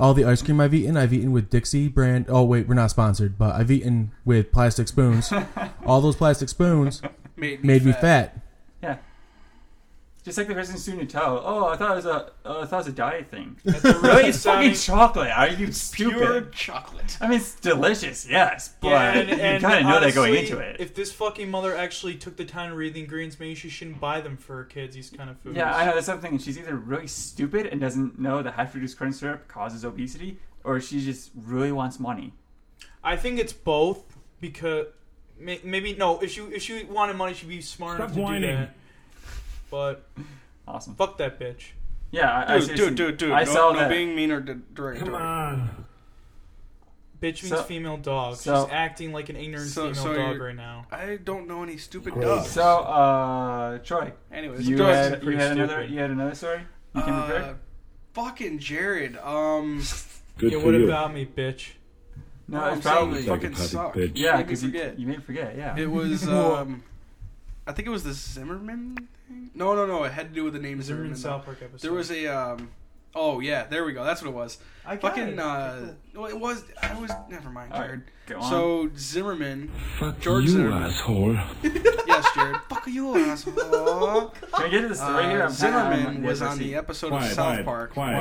Speaker 1: All the ice cream I've eaten, I've eaten with Dixie brand. Oh wait, we're not sponsored, but I've eaten with plastic spoons. All those plastic spoons
Speaker 2: made me
Speaker 1: made me
Speaker 2: fat.
Speaker 1: fat.
Speaker 4: Just like the person suing Nutella. Oh, I thought it was a, uh, I thought it was a diet thing.
Speaker 6: That's a
Speaker 4: Really,
Speaker 6: really
Speaker 4: it's fucking
Speaker 6: sounding.
Speaker 4: chocolate. Are you
Speaker 2: Pure
Speaker 4: stupid?
Speaker 2: chocolate.
Speaker 4: I mean, it's delicious, yes, but
Speaker 6: Yeah, and,
Speaker 4: you
Speaker 6: and
Speaker 4: kind of know that going
Speaker 6: honestly,
Speaker 4: into it.
Speaker 6: If this fucking mother actually took the time to read the ingredients, maybe she shouldn't buy them for her kids. These kind of foods.
Speaker 4: Yeah, I know that's something. She's either really stupid and doesn't know that high fructose corn syrup causes obesity, or she just really wants money.
Speaker 6: I think it's both because may, maybe no. If she if she wanted money, she'd be smart enough to do that. But
Speaker 4: Awesome.
Speaker 6: fuck that bitch.
Speaker 4: Yeah, I, I
Speaker 2: Dude,
Speaker 4: seriously-
Speaker 2: dude, dude, dude.
Speaker 4: I
Speaker 2: no,
Speaker 4: saw
Speaker 2: no
Speaker 4: that.
Speaker 2: being mean or di- direct. direct.
Speaker 6: Bitch means
Speaker 4: So-
Speaker 6: female dog.
Speaker 4: so-
Speaker 6: She's acting like an ignorant
Speaker 2: So-
Speaker 6: female
Speaker 2: so
Speaker 6: dog
Speaker 2: you're-
Speaker 6: right now.
Speaker 2: I don't know any stupid dogs.
Speaker 4: so, uh, Troy,
Speaker 2: Anyways,
Speaker 4: you
Speaker 2: dogs
Speaker 4: had, you
Speaker 6: pretty
Speaker 4: had another
Speaker 6: stupid.
Speaker 4: you had another story. You came
Speaker 2: uh,
Speaker 4: prepared.
Speaker 2: fucking Jared. Um,
Speaker 8: Good
Speaker 6: yeah,
Speaker 8: for
Speaker 6: what
Speaker 8: you.
Speaker 6: about me, bitch?
Speaker 4: No,
Speaker 2: I'm
Speaker 4: it's
Speaker 2: saying
Speaker 4: probably
Speaker 2: you
Speaker 8: Like a
Speaker 2: fucking
Speaker 8: pathetic
Speaker 2: suck.
Speaker 8: bitch.
Speaker 4: yeah,
Speaker 2: made me
Speaker 4: because you,
Speaker 2: forget.
Speaker 4: you made me forget. Yeah.
Speaker 2: It was um, I think it was the Zimmerman thing. No, no, no. It had to do with the name
Speaker 6: Is there
Speaker 2: Zimmerman.
Speaker 6: in
Speaker 2: though.
Speaker 6: South Park episode?
Speaker 2: There was a um, Oh yeah, there we go. That's what it was.
Speaker 3: I got
Speaker 2: Fucking
Speaker 3: it.
Speaker 2: uh, well, it was. I was. Never mind,
Speaker 4: All right,
Speaker 2: Jared.
Speaker 4: go on.
Speaker 2: So Zimmerman, George Zimmerman.
Speaker 8: asshole.
Speaker 2: yes, Jared. Fuck you, asshole.
Speaker 4: Can I get this right here?
Speaker 2: Uh,
Speaker 4: I'm
Speaker 2: Zimmerman was on the episode of South Park.
Speaker 8: quiet,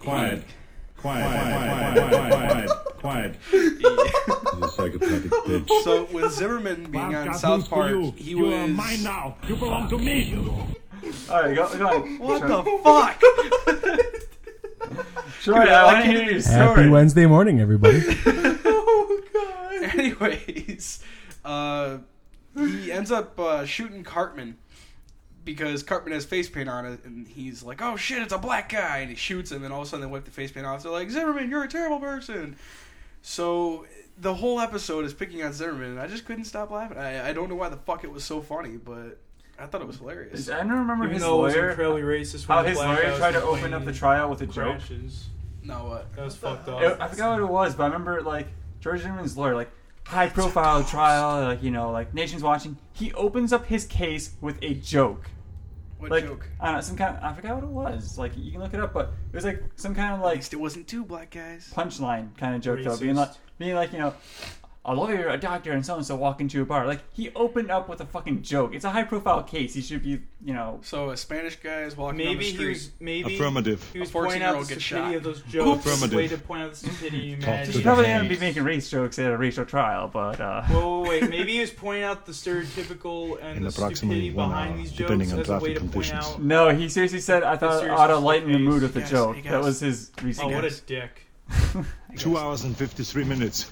Speaker 8: quiet, quiet, quiet, He's a psychopathic bitch.
Speaker 2: So with Zimmerman being on South Park, he was.
Speaker 8: now. You belong to me.
Speaker 4: All right, go, go on.
Speaker 2: What
Speaker 4: Troy.
Speaker 2: the fuck?
Speaker 4: Troy, I want to hear your
Speaker 1: Happy
Speaker 4: story.
Speaker 1: Wednesday morning, everybody.
Speaker 2: Anyways, uh, he ends up uh, shooting Cartman because Cartman has face paint on it, and he's like, "Oh shit, it's a black guy!" And he shoots him, and all of a sudden they wipe the face paint off. They're like, "Zimmerman, you're a terrible person." So the whole episode is picking on Zimmerman, and I just couldn't stop laughing. I, I don't know why the fuck it was so funny, but I thought it was hilarious.
Speaker 4: I don't remember
Speaker 6: Even
Speaker 4: his
Speaker 6: though it was incredibly
Speaker 4: lawyer.
Speaker 6: racist.
Speaker 4: How
Speaker 6: when the
Speaker 4: his
Speaker 6: black guy
Speaker 4: lawyer
Speaker 6: was
Speaker 4: tried to open up
Speaker 6: complaining
Speaker 4: the trial with a joke.
Speaker 6: crashes.
Speaker 2: No, uh, what?
Speaker 6: That was fucked up.
Speaker 4: It- I forgot what it was, but I remember like George Zimmerman's lawyer, like high profile trial, like you know, like nation's watching. He opens up his case with a joke,
Speaker 2: What
Speaker 4: like
Speaker 2: joke?
Speaker 4: I don't know, some kind. I forgot what it was. Like you can look it up, but it was like some kind of
Speaker 2: At
Speaker 4: like
Speaker 2: least it wasn't two black guys.
Speaker 4: punchline kind of joke though, being
Speaker 6: Racist.
Speaker 4: like being like you know. A lawyer, a doctor, and so and so walk into a bar. Like he opened up with a fucking joke. It's a high-profile case. He should be, you know,
Speaker 2: So a Spanish guy is walking down the
Speaker 6: Maybe
Speaker 2: street.
Speaker 6: he was maybe
Speaker 8: Affirmative.
Speaker 6: He was
Speaker 2: A
Speaker 6: pointing
Speaker 2: 14-year-old
Speaker 6: out the
Speaker 2: gets
Speaker 6: stupidity
Speaker 2: shot.
Speaker 6: of those jokes.
Speaker 8: Affirmative.
Speaker 6: Way to point out the stupidity you imagine.
Speaker 8: to
Speaker 4: He
Speaker 8: the
Speaker 4: probably wouldn't be
Speaker 8: Hayes.
Speaker 4: making race jokes at a racial trial, but uh,
Speaker 6: Whoa, wait, wait, maybe he was pointing out the stereotypical and
Speaker 8: In
Speaker 6: the stupidity
Speaker 8: approximately one
Speaker 6: behind
Speaker 8: hour,
Speaker 6: these jokes
Speaker 8: depending on
Speaker 6: as a way
Speaker 8: traffic
Speaker 6: to point
Speaker 8: conditions.
Speaker 6: out.
Speaker 4: no, he seriously said, "I thought I
Speaker 6: Serious
Speaker 4: ought to lighten the mood with a
Speaker 2: Yes,
Speaker 4: joke."
Speaker 2: yes.
Speaker 4: That was his reason.
Speaker 6: Oh, what a dick!
Speaker 8: Two hours and 53 minutes.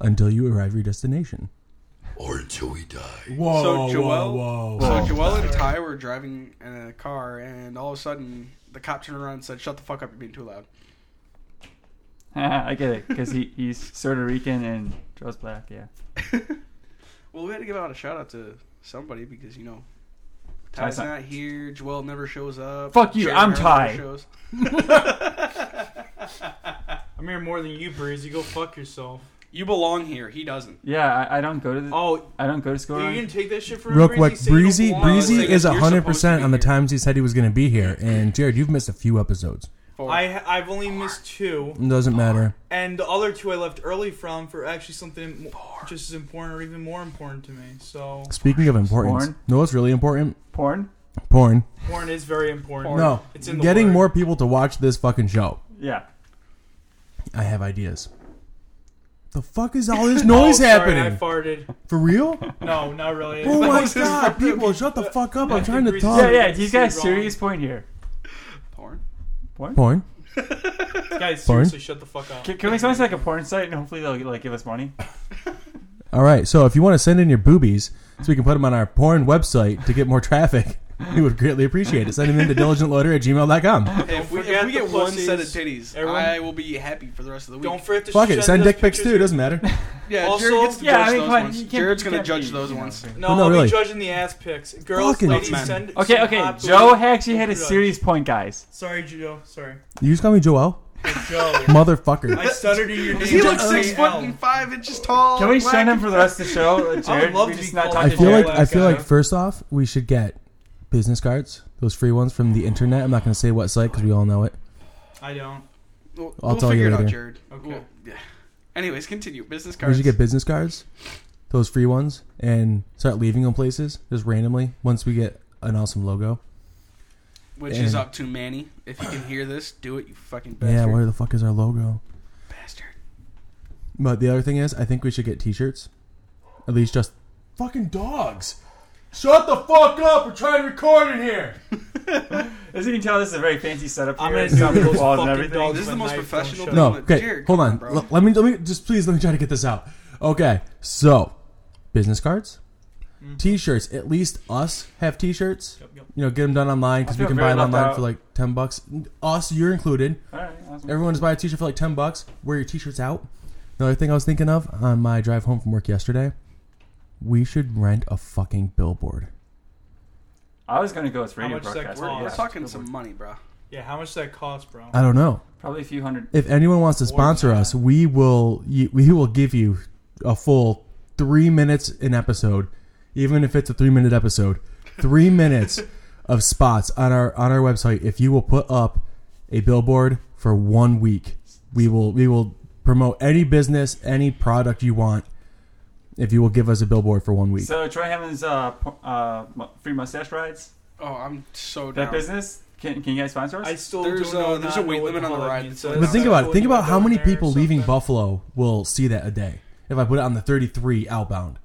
Speaker 1: Until you arrive at your destination.
Speaker 8: Or until we die.
Speaker 1: Whoa,
Speaker 4: Oh,
Speaker 2: So Joel-
Speaker 1: whoa,
Speaker 2: So
Speaker 1: whoa.
Speaker 2: Joel and Ty were driving in a car, and all of a sudden, the cop turned around and said, "Shut the fuck up! You're being too loud."
Speaker 4: I get it because he, he's Puerto Rican and Joe's black. Yeah,
Speaker 2: Well, we had to give out a shout out to somebody because you know Ty's
Speaker 4: Tyson.
Speaker 2: not here. Joel never shows up.
Speaker 4: Fuck you,
Speaker 2: Sharon
Speaker 4: I'm
Speaker 2: never
Speaker 4: Ty.
Speaker 2: shows.
Speaker 6: I'm here more than you, Breezy. Go fuck yourself.
Speaker 2: You belong here. He doesn't.
Speaker 4: yeah. I, I don't go to the,
Speaker 6: Oh,
Speaker 4: I don't go to
Speaker 6: you
Speaker 4: school.
Speaker 6: didn't take that shit from
Speaker 1: Real
Speaker 6: him,
Speaker 1: quick,
Speaker 6: Say you don't
Speaker 1: Breezy
Speaker 6: belong.
Speaker 1: Breezy
Speaker 2: Like,
Speaker 1: is
Speaker 2: you're
Speaker 1: hundred
Speaker 2: supposed to
Speaker 1: percent
Speaker 2: be
Speaker 1: on the
Speaker 2: here.
Speaker 1: times he said he was going to be here. And Jared, you've missed a few episodes.
Speaker 2: Forward.
Speaker 6: I ha- I've only missed two,
Speaker 1: It doesn't matter.
Speaker 6: and the other two I left early from for actually something mo- just as important or even more important to me. So
Speaker 1: Speaking of importance,
Speaker 4: Porn?
Speaker 1: no, it's really important.
Speaker 4: Porn.
Speaker 1: Porn.
Speaker 6: porn is very important.
Speaker 1: No,
Speaker 6: It's in the
Speaker 1: getting
Speaker 6: word.
Speaker 1: more people to watch this fucking show.
Speaker 4: Yeah.
Speaker 1: I have ideas. The fuck is all this
Speaker 6: Oh,
Speaker 1: noise
Speaker 6: sorry,
Speaker 1: happening?
Speaker 6: I farted.
Speaker 1: For real?
Speaker 6: No, not really.
Speaker 1: Oh
Speaker 6: But-
Speaker 1: my god, people, shut the fuck up! I'm trying to
Speaker 6: Breezy-
Speaker 1: talk.
Speaker 4: Yeah,
Speaker 6: Yeah,
Speaker 4: yeah.
Speaker 6: yeah,
Speaker 4: He's
Speaker 6: he's
Speaker 4: got a
Speaker 6: wrong.
Speaker 4: serious point here.
Speaker 2: Porn.
Speaker 1: Porn.
Speaker 6: Guys,
Speaker 1: Porn?
Speaker 6: seriously, shut the fuck up.
Speaker 4: Can, can we sound like a porn site and hopefully they'll like give us money?
Speaker 1: All right, so if you want to send in your boobies so we can put them on our porn website to get more traffic, we would greatly appreciate it. Send them in to diligentloiter at gmail.com.
Speaker 2: Hey, if we, if
Speaker 6: forget
Speaker 2: we
Speaker 6: the
Speaker 2: get one
Speaker 6: pussies.
Speaker 2: set of titties,
Speaker 6: Everyone-
Speaker 2: I will be happy for the rest of the week.
Speaker 6: Don't forget to
Speaker 1: Fuck
Speaker 6: shut
Speaker 1: it, send
Speaker 6: those
Speaker 1: dick pics
Speaker 6: pictures-
Speaker 1: too, it doesn't matter.
Speaker 2: Yeah,
Speaker 6: Also-
Speaker 2: Jared gets to judge
Speaker 4: Yeah, I mean,
Speaker 2: those
Speaker 4: come on, you
Speaker 2: ones.
Speaker 4: can't-
Speaker 2: Jared's
Speaker 4: you
Speaker 2: gonna
Speaker 4: can't
Speaker 2: judge
Speaker 4: be,
Speaker 2: those
Speaker 4: you know,
Speaker 2: ones.
Speaker 6: No,
Speaker 1: No,
Speaker 6: I'll
Speaker 1: really.
Speaker 6: be judging the ass pics. Girls,
Speaker 1: Fucking
Speaker 6: ladies,
Speaker 1: men.
Speaker 6: send.
Speaker 4: Okay,
Speaker 6: some
Speaker 4: okay.
Speaker 6: hot
Speaker 4: Joe
Speaker 6: booty-
Speaker 4: actually had a
Speaker 6: Sorry,
Speaker 4: serious point, guys.
Speaker 6: Sorry, Joe. Sorry,
Speaker 1: You just call me Joel?
Speaker 6: Joe. I
Speaker 1: Motherfucker.
Speaker 6: stuttered in your name.
Speaker 2: Is he like six
Speaker 6: J.L.
Speaker 2: foot and five inches tall?
Speaker 4: Can we
Speaker 2: black
Speaker 4: shun him
Speaker 2: and
Speaker 4: for the rest of the show, uh, Jared?
Speaker 6: love
Speaker 4: we
Speaker 6: to be
Speaker 4: just not
Speaker 6: called
Speaker 4: talk
Speaker 1: I
Speaker 4: to
Speaker 1: feel
Speaker 4: Jared.
Speaker 1: like I feel like
Speaker 6: guy.
Speaker 1: first off we should get business cards, those free ones from the internet. I'm not going to say what site because we all know it.
Speaker 6: I don't.
Speaker 2: We'll,
Speaker 1: I'll
Speaker 2: we'll
Speaker 1: tell
Speaker 2: figure
Speaker 1: you
Speaker 2: it out,
Speaker 1: later.
Speaker 2: Jared.
Speaker 6: Okay.
Speaker 2: We'll- yeah. Anyways, continue. Business
Speaker 1: We
Speaker 2: cards.
Speaker 1: should get business cards, those free ones, and start leaving them places just randomly once we get an awesome logo.
Speaker 2: which is
Speaker 1: and-
Speaker 2: up to Manny. If you can hear this, do it, you fucking
Speaker 1: Yeah,
Speaker 2: bastard.
Speaker 1: where the fuck is our logo?
Speaker 2: bastard.
Speaker 1: But the other thing is, I think we should get T-shirts. At least just fucking dogs. Shut the fuck up! We're trying to record in here.
Speaker 4: As you can tell, this is a very fancy setup.
Speaker 6: I'm
Speaker 4: here.
Speaker 6: gonna
Speaker 4: It's got
Speaker 6: do those
Speaker 4: walls and
Speaker 6: fucking
Speaker 4: everything.
Speaker 6: dogs
Speaker 2: This is the
Speaker 6: with
Speaker 2: most
Speaker 6: knife, don't
Speaker 2: professional
Speaker 6: shut
Speaker 2: thing.
Speaker 6: up.
Speaker 1: No, okay,
Speaker 2: Jared,
Speaker 1: hold
Speaker 2: come
Speaker 1: on.
Speaker 2: on, bro.
Speaker 1: L- let me, let me just please let me try to get this out. Okay, so business cards,
Speaker 4: Mm-hmm.
Speaker 1: T-shirts. At least us have T-shirts.
Speaker 6: Yep, yep.
Speaker 1: You know, get them done online because
Speaker 4: I
Speaker 1: we
Speaker 4: feel
Speaker 1: can
Speaker 4: very
Speaker 1: buy them
Speaker 4: left
Speaker 1: online
Speaker 4: out.
Speaker 1: for like ten bucks. Us, you're included.
Speaker 4: All right, awesome.
Speaker 1: Everyone just buy a T-shirt for like ten bucks. Wear your T-shirts out. Another thing I was thinking of on my drive home from work yesterday, we should rent a fucking billboard.
Speaker 4: I was gonna go with radio
Speaker 6: much does that
Speaker 4: broadcast.
Speaker 2: We're,
Speaker 6: Oh,
Speaker 2: we're
Speaker 6: yeah.
Speaker 2: talking some money, bro.
Speaker 6: Yeah, how much that cost, bro?
Speaker 1: I don't know.
Speaker 4: Probably a few hundred.
Speaker 1: if anyone wants to sponsor
Speaker 6: yeah.
Speaker 1: us, we will y- we will give you a full three minutes an episode, even if it's a three minute episode. Three minutes of spots on our on our website. If you will put up a billboard for one week, we will we will promote any business, any product you want. If you will give us a billboard for one week,
Speaker 4: So Troy Hammond's uh, po- uh, mu- free mustache rides.
Speaker 2: Oh, I'm so
Speaker 4: That
Speaker 2: down.
Speaker 4: business can can you guys sponsor us?
Speaker 6: I still
Speaker 2: There's,
Speaker 6: don't know.
Speaker 2: uh, there's
Speaker 6: not
Speaker 2: a weight
Speaker 6: know what
Speaker 2: limit on
Speaker 6: hell
Speaker 2: the
Speaker 6: that
Speaker 2: ride,
Speaker 6: means.
Speaker 2: so
Speaker 6: I
Speaker 2: it's
Speaker 1: but
Speaker 6: don't
Speaker 1: think
Speaker 6: know
Speaker 1: about it.
Speaker 6: what
Speaker 1: Think
Speaker 6: you
Speaker 1: about
Speaker 6: go
Speaker 1: how many
Speaker 6: there or
Speaker 1: people leaving
Speaker 6: something.
Speaker 1: Buffalo will see that a day. If I put it on the 33 outbound,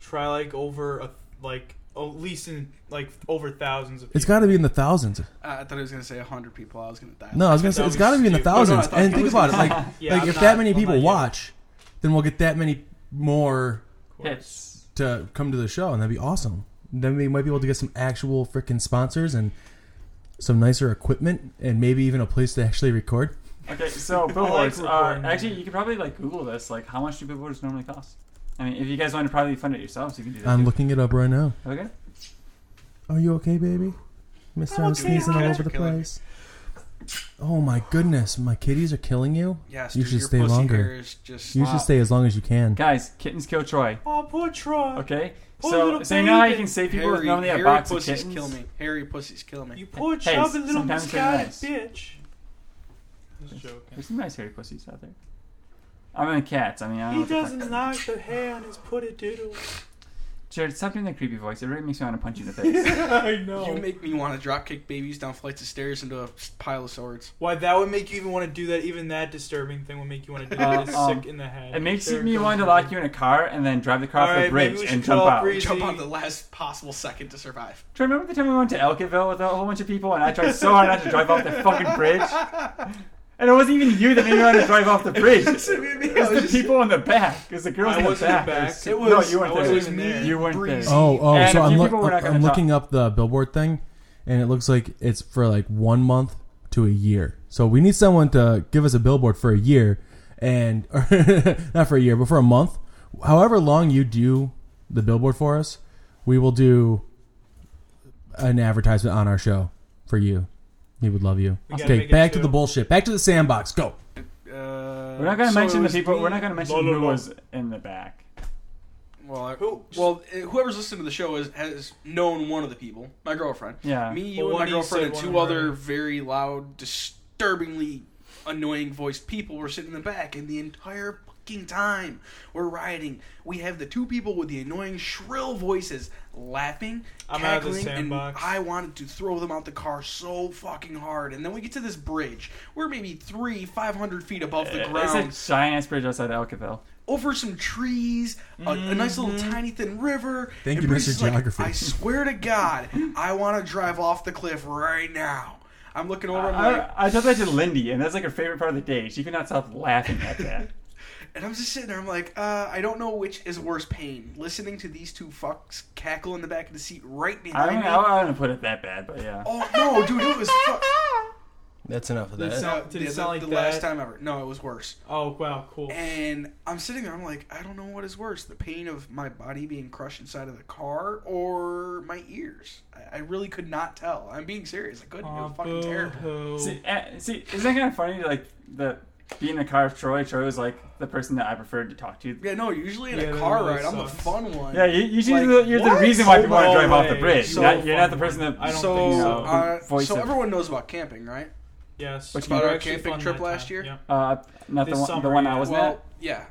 Speaker 6: Try like over a, like at least in like over thousands of. People.
Speaker 1: it's got to be in the thousands.
Speaker 2: Uh, I thought it was gonna say hundred people. I was gonna die.
Speaker 1: No, I was gonna say it's got to be in the
Speaker 6: No, no, I
Speaker 1: thousands.
Speaker 6: thought
Speaker 1: and
Speaker 6: that
Speaker 1: think
Speaker 6: was-
Speaker 1: about it, like
Speaker 6: Yeah,
Speaker 1: like
Speaker 6: I'm
Speaker 1: if
Speaker 6: not-
Speaker 1: that many
Speaker 6: I'm
Speaker 1: people
Speaker 6: not yet.
Speaker 1: watch, then we'll get that many more
Speaker 4: Hits.
Speaker 1: to come to the show, and that'd be awesome. Then we might be able to get some actual freaking sponsors and some nicer equipment, and maybe even a place to actually record.
Speaker 4: Okay, so billboards are
Speaker 6: recording.
Speaker 4: actually you could probably like Google this. Like, how much do billboards normally cost? I mean, if you guys want to probably fund it yourselves, you can do that.
Speaker 1: I'm
Speaker 4: too.
Speaker 1: looking it up right now.
Speaker 4: okay.
Speaker 1: Are you okay, baby? Mister, I'm sneezing all
Speaker 2: honey.
Speaker 1: over the
Speaker 2: Killing me.
Speaker 1: place. Oh my goodness, my kitties are killing you.
Speaker 2: Yes,
Speaker 1: You
Speaker 2: dude,
Speaker 1: should
Speaker 2: your
Speaker 1: stay
Speaker 2: pussy
Speaker 1: longer.
Speaker 2: hair is just
Speaker 1: You
Speaker 4: Wow.
Speaker 1: should stay as long as you can.
Speaker 4: Guys, kittens kill Troy.
Speaker 6: Oh, poor Troy.
Speaker 4: Okay,
Speaker 6: Poor
Speaker 4: so
Speaker 6: Oh, little
Speaker 4: so you know how you
Speaker 6: baby.
Speaker 4: can save people with
Speaker 2: hairy,
Speaker 4: normally a
Speaker 2: hairy
Speaker 4: box of
Speaker 2: pussies
Speaker 4: kittens.
Speaker 2: kill me. Hairy pussies kill me.
Speaker 6: You poor
Speaker 4: Hey,
Speaker 6: chubby little
Speaker 4: sometimes they're
Speaker 6: misguided
Speaker 4: nice.
Speaker 6: bitch. Just joking.
Speaker 4: There's some nice hairy pussies out there. I mean, cats. I mean, I don't
Speaker 6: He
Speaker 4: know what the fuck-
Speaker 6: doesn't like the hair on his putty doodle.
Speaker 4: Jared, stop doing that creepy voice. It really makes me want to punch you in the face.
Speaker 6: I know.
Speaker 2: You make me want to drop kick babies down flights of stairs into a pile of swords.
Speaker 6: Why that would make you even want to do that? Even that disturbing thing would make you want to do
Speaker 4: Uh,
Speaker 6: that. It's
Speaker 4: um,
Speaker 6: sick in the head.
Speaker 4: it makes
Speaker 6: There
Speaker 4: me
Speaker 6: goes
Speaker 4: want to
Speaker 6: my-
Speaker 4: lock you in a car and then drive the car off the
Speaker 6: Alright, maybe
Speaker 4: bridge
Speaker 6: we should
Speaker 4: and jump
Speaker 6: call
Speaker 4: out.
Speaker 6: Breezy.
Speaker 2: Jump on the last possible second to survive.
Speaker 4: Troy, remember the time we went to Elkiville with a whole bunch of people and I tried so hard not to drive off the fucking bridge? And it wasn't even you that made me want to drive off the bridge. It was
Speaker 2: Uh,
Speaker 4: the people in the back. It was the girls
Speaker 6: I
Speaker 4: in the
Speaker 6: wasn't in
Speaker 4: back.
Speaker 6: the back. It
Speaker 4: no,
Speaker 6: was-
Speaker 4: you
Speaker 6: I
Speaker 4: weren't
Speaker 6: wasn't
Speaker 4: there.
Speaker 6: even there.
Speaker 4: You weren't there.
Speaker 2: Breezy.
Speaker 1: Oh, oh,
Speaker 4: And
Speaker 1: so
Speaker 4: a
Speaker 1: I'm,
Speaker 4: few
Speaker 1: look,
Speaker 4: people were not gonna
Speaker 1: I'm
Speaker 4: talk.
Speaker 1: looking up the billboard thing, and it looks like it's for like one month to a year. So we need someone to give us a billboard for a year, and or not for a year, but for a month. However long you do the billboard for us, we will do an advertisement on our show for you. We would love you.
Speaker 6: We gotta
Speaker 1: Okay,
Speaker 6: make it
Speaker 1: back to
Speaker 6: two.
Speaker 1: the bullshit. Back to the sandbox. Go.
Speaker 2: Uh,
Speaker 4: We're not going to
Speaker 2: so it
Speaker 4: mention the
Speaker 2: was
Speaker 4: people.
Speaker 2: me-
Speaker 4: We're not going to mention
Speaker 6: No, no,
Speaker 4: who
Speaker 6: no.
Speaker 4: was in the back.
Speaker 2: Well, I,
Speaker 6: Who-
Speaker 2: well, eh, whoever's listening to the show is, has known one of the people. My girlfriend.
Speaker 4: Yeah.
Speaker 2: Me, you,
Speaker 6: Well,
Speaker 2: and
Speaker 6: what
Speaker 2: my
Speaker 6: do you
Speaker 2: girlfriend,
Speaker 6: say
Speaker 2: and
Speaker 6: one
Speaker 2: two
Speaker 6: of her-
Speaker 2: other very loud, disturbingly annoying voiced people were sitting in the back, and the entire fucking time we're riding, we have the two people with the annoying shrill voices laughing,
Speaker 6: I'm out of the
Speaker 2: cackling, and
Speaker 6: sandbox.
Speaker 2: I wanted to throw them out the car so fucking hard. And then we get to this bridge. We're maybe three, five hundred feet above
Speaker 6: Eh,
Speaker 2: the ground
Speaker 4: It's a giant ass bridge outside Elkiville.
Speaker 2: over some trees, a, a nice little tiny thin river.
Speaker 1: Thank
Speaker 2: and
Speaker 1: you,
Speaker 2: Breeze
Speaker 1: Mr.
Speaker 2: is like,
Speaker 1: Geography.
Speaker 2: I swear to God, I want to drive off the cliff right now. I'm looking over, I'm like,
Speaker 4: I, I told that to Lindy, and that's like her favorite part of the day. She could not stop laughing at that.
Speaker 2: and I'm just sitting there. I'm like, uh, I don't know which is worse pain: listening to these two fucks cackle in the back of the seat right
Speaker 4: I
Speaker 2: behind
Speaker 4: don't
Speaker 2: me.
Speaker 4: know. I wouldn't put it that bad, but yeah.
Speaker 2: Oh no, dude, it was fuck.
Speaker 1: That's enough of
Speaker 6: that. sound- did it
Speaker 2: the,
Speaker 6: sound like
Speaker 2: the last
Speaker 6: that?
Speaker 2: time ever? No, it was worse.
Speaker 6: Oh wow, cool.
Speaker 2: And I'm sitting there, I'm like, I don't know what is worse the pain of my body being crushed inside of the car or my ears. I, I really could not tell. I'm being serious. I couldn't. it was
Speaker 6: Aw,
Speaker 2: fucking terrible.
Speaker 6: boo-hoo.
Speaker 4: See, uh, see, isn't that kind of funny? Like the being in a car with Troy. Troy was like the person that I preferred to talk to.
Speaker 2: Yeah, no, usually in
Speaker 6: Yeah,
Speaker 2: a
Speaker 6: that
Speaker 2: car
Speaker 6: really
Speaker 2: ride, I'm the
Speaker 6: sucks.
Speaker 2: fun one.
Speaker 4: Yeah, you, you
Speaker 2: Like,
Speaker 4: the, you're
Speaker 2: what?
Speaker 4: the reason why
Speaker 6: Oh,
Speaker 4: people want to
Speaker 6: no
Speaker 4: drive off the
Speaker 6: way.
Speaker 4: bridge.
Speaker 6: So
Speaker 4: You're not, you're not the
Speaker 6: fun.
Speaker 4: person that.
Speaker 6: I don't
Speaker 2: so,
Speaker 6: think so.
Speaker 2: uh,
Speaker 4: Voice
Speaker 2: so
Speaker 4: of-
Speaker 2: everyone knows about camping, right?
Speaker 6: Yes.
Speaker 4: Which
Speaker 6: we
Speaker 4: about
Speaker 6: were
Speaker 2: our
Speaker 6: actually
Speaker 2: camping
Speaker 6: fun
Speaker 2: trip
Speaker 6: that
Speaker 2: last
Speaker 6: time.
Speaker 2: year?
Speaker 6: Yeah.
Speaker 4: Uh, not the
Speaker 6: This
Speaker 4: one, the
Speaker 6: summer,
Speaker 4: one I
Speaker 6: yeah.
Speaker 4: was
Speaker 2: well,
Speaker 4: at.
Speaker 2: yeah,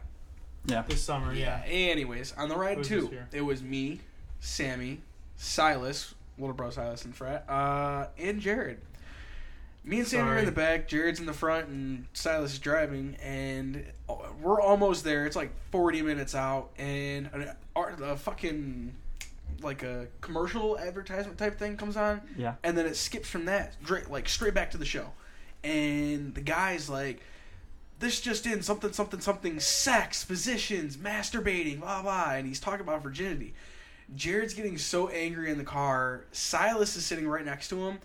Speaker 4: Yeah.
Speaker 6: This summer, yeah.
Speaker 2: Anyways, on the ride
Speaker 6: was
Speaker 2: too,
Speaker 6: this year.
Speaker 2: it was me, Sammy, Silas, little bro Silas and frat, uh, and Jared. Me and Sammy are in
Speaker 6: Sorry.
Speaker 2: the back, Jared's in the front, and Silas is driving, and uh, we're almost there. It's like 40 minutes out, and an, art- a fucking like a commercial advertisement type thing comes on,
Speaker 4: Yeah.
Speaker 2: and then it skips from that straight like straight back to the show and the guy's like this just in something something something sex physicians masturbating blah blah and he's talking about virginity jared's getting so angry in the car silas is sitting right next to him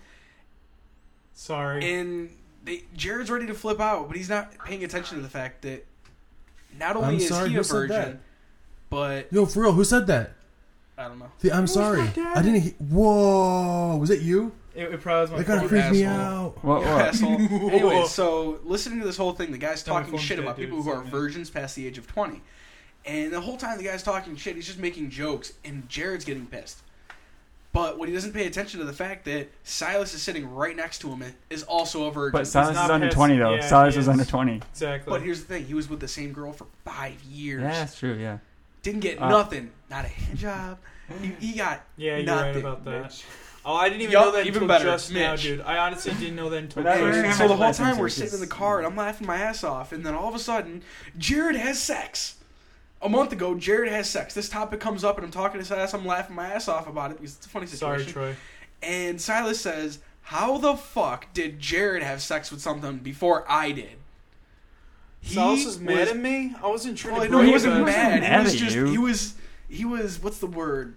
Speaker 6: Sorry.
Speaker 2: and they, jared's ready to flip out but he's not paying attention to the fact that not only
Speaker 1: I'm
Speaker 2: is
Speaker 1: sorry,
Speaker 2: he a
Speaker 1: who said that?
Speaker 2: virgin but
Speaker 1: Yo, for real, who said that?
Speaker 2: i don't know
Speaker 1: The- I'm sorry. I didn't. He- Whoa, was it you?
Speaker 6: it, it probably was my
Speaker 1: That kind
Speaker 2: You
Speaker 1: of
Speaker 6: fault.
Speaker 1: freaked me
Speaker 2: asshole.
Speaker 1: out.
Speaker 4: What,
Speaker 2: You
Speaker 4: what?
Speaker 2: asshole. anyway, so listening to this whole thing, the guy's
Speaker 6: No, my
Speaker 2: talking
Speaker 6: phone's
Speaker 2: shit
Speaker 6: dead,
Speaker 2: about
Speaker 6: dude.
Speaker 2: people who
Speaker 6: It's
Speaker 2: are
Speaker 6: dead.
Speaker 2: virgins past the age of 20. And the whole time the guy's talking shit, he's just making jokes, and Jared's getting pissed. But what he doesn't pay attention to the fact that Silas is sitting right next to him is also a virgin.
Speaker 4: But Silas
Speaker 6: not
Speaker 4: is under
Speaker 6: past-
Speaker 4: 20, though.
Speaker 6: yeah,
Speaker 4: Silas
Speaker 6: he
Speaker 4: was
Speaker 6: is.
Speaker 4: under 20.
Speaker 6: Exactly.
Speaker 2: But here's the thing: he was with the same girl for five years.
Speaker 4: Yeah, that's true, yeah.
Speaker 2: Didn't get
Speaker 4: Uh,
Speaker 2: nothing. Not a hand job. He, he got
Speaker 6: yeah, you're
Speaker 2: nothing.
Speaker 6: right about that. Oh, I didn't even
Speaker 2: Yup,
Speaker 6: know that
Speaker 2: even
Speaker 6: until
Speaker 2: better,
Speaker 6: just now,
Speaker 2: Mitch.
Speaker 6: dude. I honestly didn't know that until
Speaker 4: But that
Speaker 6: just
Speaker 4: was-
Speaker 6: now.
Speaker 2: So the whole
Speaker 4: Last
Speaker 2: time we're
Speaker 4: instance
Speaker 2: sitting
Speaker 4: is-
Speaker 2: in the car and I'm laughing my ass off, and then all of a sudden, Jared has sex. A month ago, Jared has sex. This topic comes up, and I'm talking to Silas. I'm laughing my ass off about it because it's a funny
Speaker 6: Sorry,
Speaker 2: situation.
Speaker 6: Troy.
Speaker 2: and Silas says, "How the fuck did Jared have sex with something before I did?" He
Speaker 6: Silas was mad
Speaker 2: was-
Speaker 6: at me. I wasn't trying
Speaker 2: Well,
Speaker 6: to.
Speaker 2: no, he
Speaker 6: break
Speaker 2: wasn't
Speaker 6: up.
Speaker 2: mad.
Speaker 4: mad
Speaker 2: he was
Speaker 4: at
Speaker 2: just
Speaker 4: you.
Speaker 2: he was he was what's the word?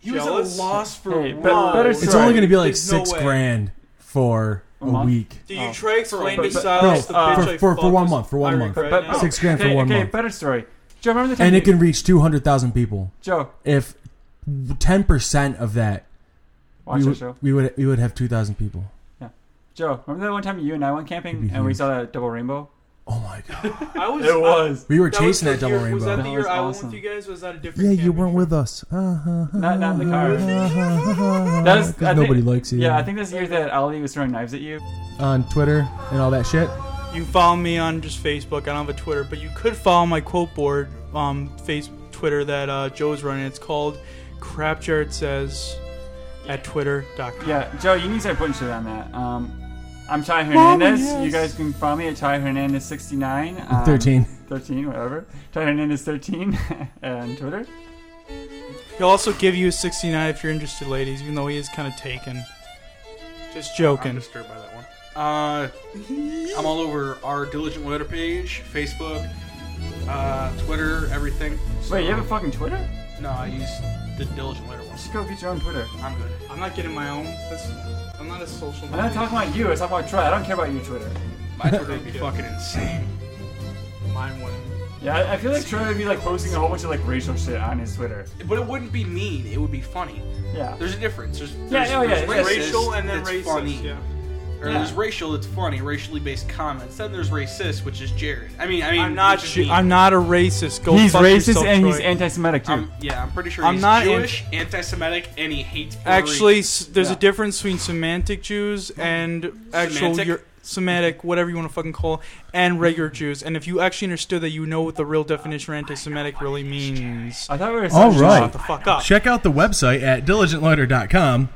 Speaker 2: He was
Speaker 6: Jealous?
Speaker 2: at a loss for
Speaker 4: Hey, be-
Speaker 2: words.
Speaker 4: better
Speaker 1: It's
Speaker 4: Right.
Speaker 1: only going to be like
Speaker 6: There's no
Speaker 1: six
Speaker 6: way.
Speaker 1: grand for a,
Speaker 4: A month?
Speaker 1: week.
Speaker 6: Did you
Speaker 4: Oh.
Speaker 6: try explaining to
Speaker 4: but- but-
Speaker 6: Silas the
Speaker 1: No, uh,
Speaker 6: bitch
Speaker 1: for- for-
Speaker 6: I
Speaker 1: for
Speaker 6: fucked
Speaker 1: one
Speaker 6: was-
Speaker 1: month, for one
Speaker 6: I
Speaker 1: month.
Speaker 6: regret
Speaker 4: But,
Speaker 6: now.
Speaker 4: but-
Speaker 1: Six grand for
Speaker 4: okay,
Speaker 1: one
Speaker 4: okay,
Speaker 1: month.
Speaker 4: better story. Joe, remember the time
Speaker 1: And it
Speaker 4: you-
Speaker 1: can reach 200,000 people.
Speaker 4: Joe,
Speaker 1: If 10% of that,
Speaker 4: watch
Speaker 1: we,
Speaker 4: the
Speaker 1: would,
Speaker 4: show.
Speaker 1: we would we would have 2,000 people.
Speaker 4: Joe, remember that one time you and I went camping
Speaker 1: It'd be
Speaker 4: and we
Speaker 1: huge.
Speaker 4: saw that double rainbow?
Speaker 1: Oh my god.
Speaker 6: I was. I-
Speaker 4: It was.
Speaker 1: We were
Speaker 6: that
Speaker 1: chasing
Speaker 6: was
Speaker 1: that
Speaker 6: the
Speaker 1: double
Speaker 6: year- Was that
Speaker 1: rainbow.
Speaker 4: That
Speaker 6: the
Speaker 4: was
Speaker 6: year I went
Speaker 4: awesome.
Speaker 6: with you guys? Was that a different?
Speaker 1: Yeah, you
Speaker 6: camping
Speaker 1: weren't
Speaker 6: trip?
Speaker 1: with us. Uh-huh.
Speaker 4: Not- not in the car. That's- I
Speaker 1: Oh, Because
Speaker 4: think-
Speaker 1: nobody likes you.
Speaker 4: Yeah, I think that's the year that Ali was throwing knives at you.
Speaker 1: On Twitter and all that shit.
Speaker 6: You can follow me on just Facebook. I don't have a Twitter, but you could follow my quote board, um, face Twitter that uh, Joe's running. It's called Crap Jared Says at Twitter.com.
Speaker 4: Yeah, Joe, you need to start putting shit on that. Um, I'm Ty
Speaker 1: Mama,
Speaker 4: Hernandez.
Speaker 1: yes.
Speaker 4: You guys can follow me at Ty Hernandez 69. Um,
Speaker 1: 13.
Speaker 4: 13, whatever. Ty Hernandez 13 on Twitter.
Speaker 6: He'll also give you a 69 if you're interested, ladies, even though he is kind of taken. Just joking.
Speaker 2: I'm disturbed by that one. Uh, I'm all over our diligent letter page, Facebook, uh, Twitter, everything. So,
Speaker 4: Wait, you have a fucking Twitter?
Speaker 2: no, I use the diligent letter one.
Speaker 4: Just go get your own Twitter.
Speaker 2: I'm good.
Speaker 6: I'm not getting my own. That's, I'm not a social
Speaker 4: I'm not talking about you. I'm talking about Troy. I don't care about your Twitter.
Speaker 2: My Twitter would be fucking insane.
Speaker 6: Mine wouldn't.
Speaker 4: Yeah, I, I feel like Troy would be like posting a whole bunch of like racial shit on his Twitter.
Speaker 2: But it wouldn't be mean. It would be funny.
Speaker 4: Yeah.
Speaker 2: There's a difference. There's,
Speaker 4: Yeah,
Speaker 2: there's,
Speaker 4: oh, yeah,
Speaker 2: there's
Speaker 4: it's
Speaker 2: racist,
Speaker 6: Racial and then
Speaker 2: it's
Speaker 6: racist.
Speaker 2: funny.
Speaker 6: Yeah.
Speaker 2: Or
Speaker 4: Yeah.
Speaker 2: there's racial, it's funny, racially based comments. Then there's racist, which is Jared. I mean, I mean,
Speaker 6: I'm not.
Speaker 2: which is
Speaker 6: Ju-
Speaker 2: me.
Speaker 6: I'm not a racist. Go
Speaker 4: he's
Speaker 6: fuck
Speaker 4: racist
Speaker 6: yourself,
Speaker 4: and he's
Speaker 6: Troy.
Speaker 4: anti-Semitic too.
Speaker 2: I'm- yeah, I'm pretty sure
Speaker 6: I'm
Speaker 2: he's
Speaker 6: not in-
Speaker 2: Jewish, anti-Semitic, and he hates. breweries.
Speaker 6: Actually, s- there's
Speaker 4: Yeah.
Speaker 6: a difference between semantic Jews and actual
Speaker 2: Semantic?
Speaker 6: your, semantic, whatever you want to fucking call, and regular Jews. And if you actually understood that, you know what the real definition of anti-Semitic really means.
Speaker 4: I thought we were.
Speaker 1: All
Speaker 4: such-
Speaker 1: right.
Speaker 6: Shut the fuck up.
Speaker 1: Check out the website at diligentloiter.com.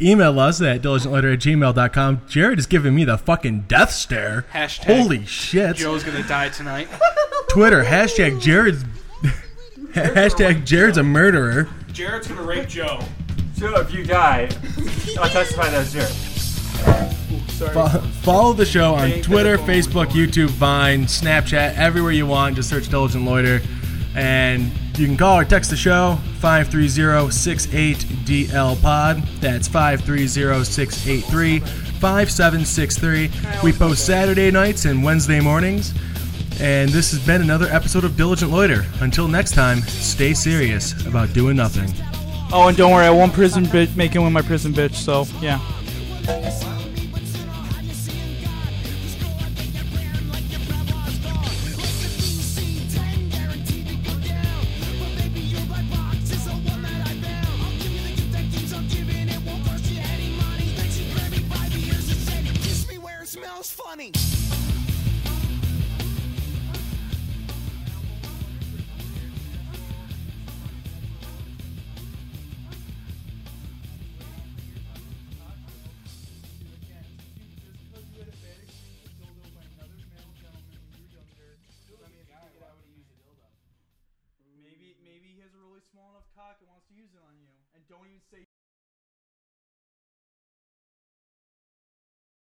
Speaker 1: Email us at diligentloiter at gmail.com. Jared is giving me the fucking death stare.
Speaker 2: Hashtag
Speaker 1: Holy shit.
Speaker 2: Joe's gonna die tonight.
Speaker 1: Twitter, hashtag Jared's. hashtag Jared's a murderer.
Speaker 2: Jared's gonna rape Joe.
Speaker 4: Joe, if you die, I'll testify that's Jared.
Speaker 1: Fo- Follow the show on Twitter, Facebook, YouTube, Vine, Snapchat, everywhere you want. Just search Diligent Loiter. And you can call or text the show 530-68DL pod. That's 530-683-5763. We post Saturday nights and Wednesday mornings. And this has been another episode of Diligent Loiter. Until next time, stay serious about doing nothing.
Speaker 6: Oh, and don't worry, I won't prison bitch make him with my prison bitch. So yeah.
Speaker 9: Smells funny.
Speaker 6: Maybe maybe he has a really small enough cock and wants to use it on you. And don't even say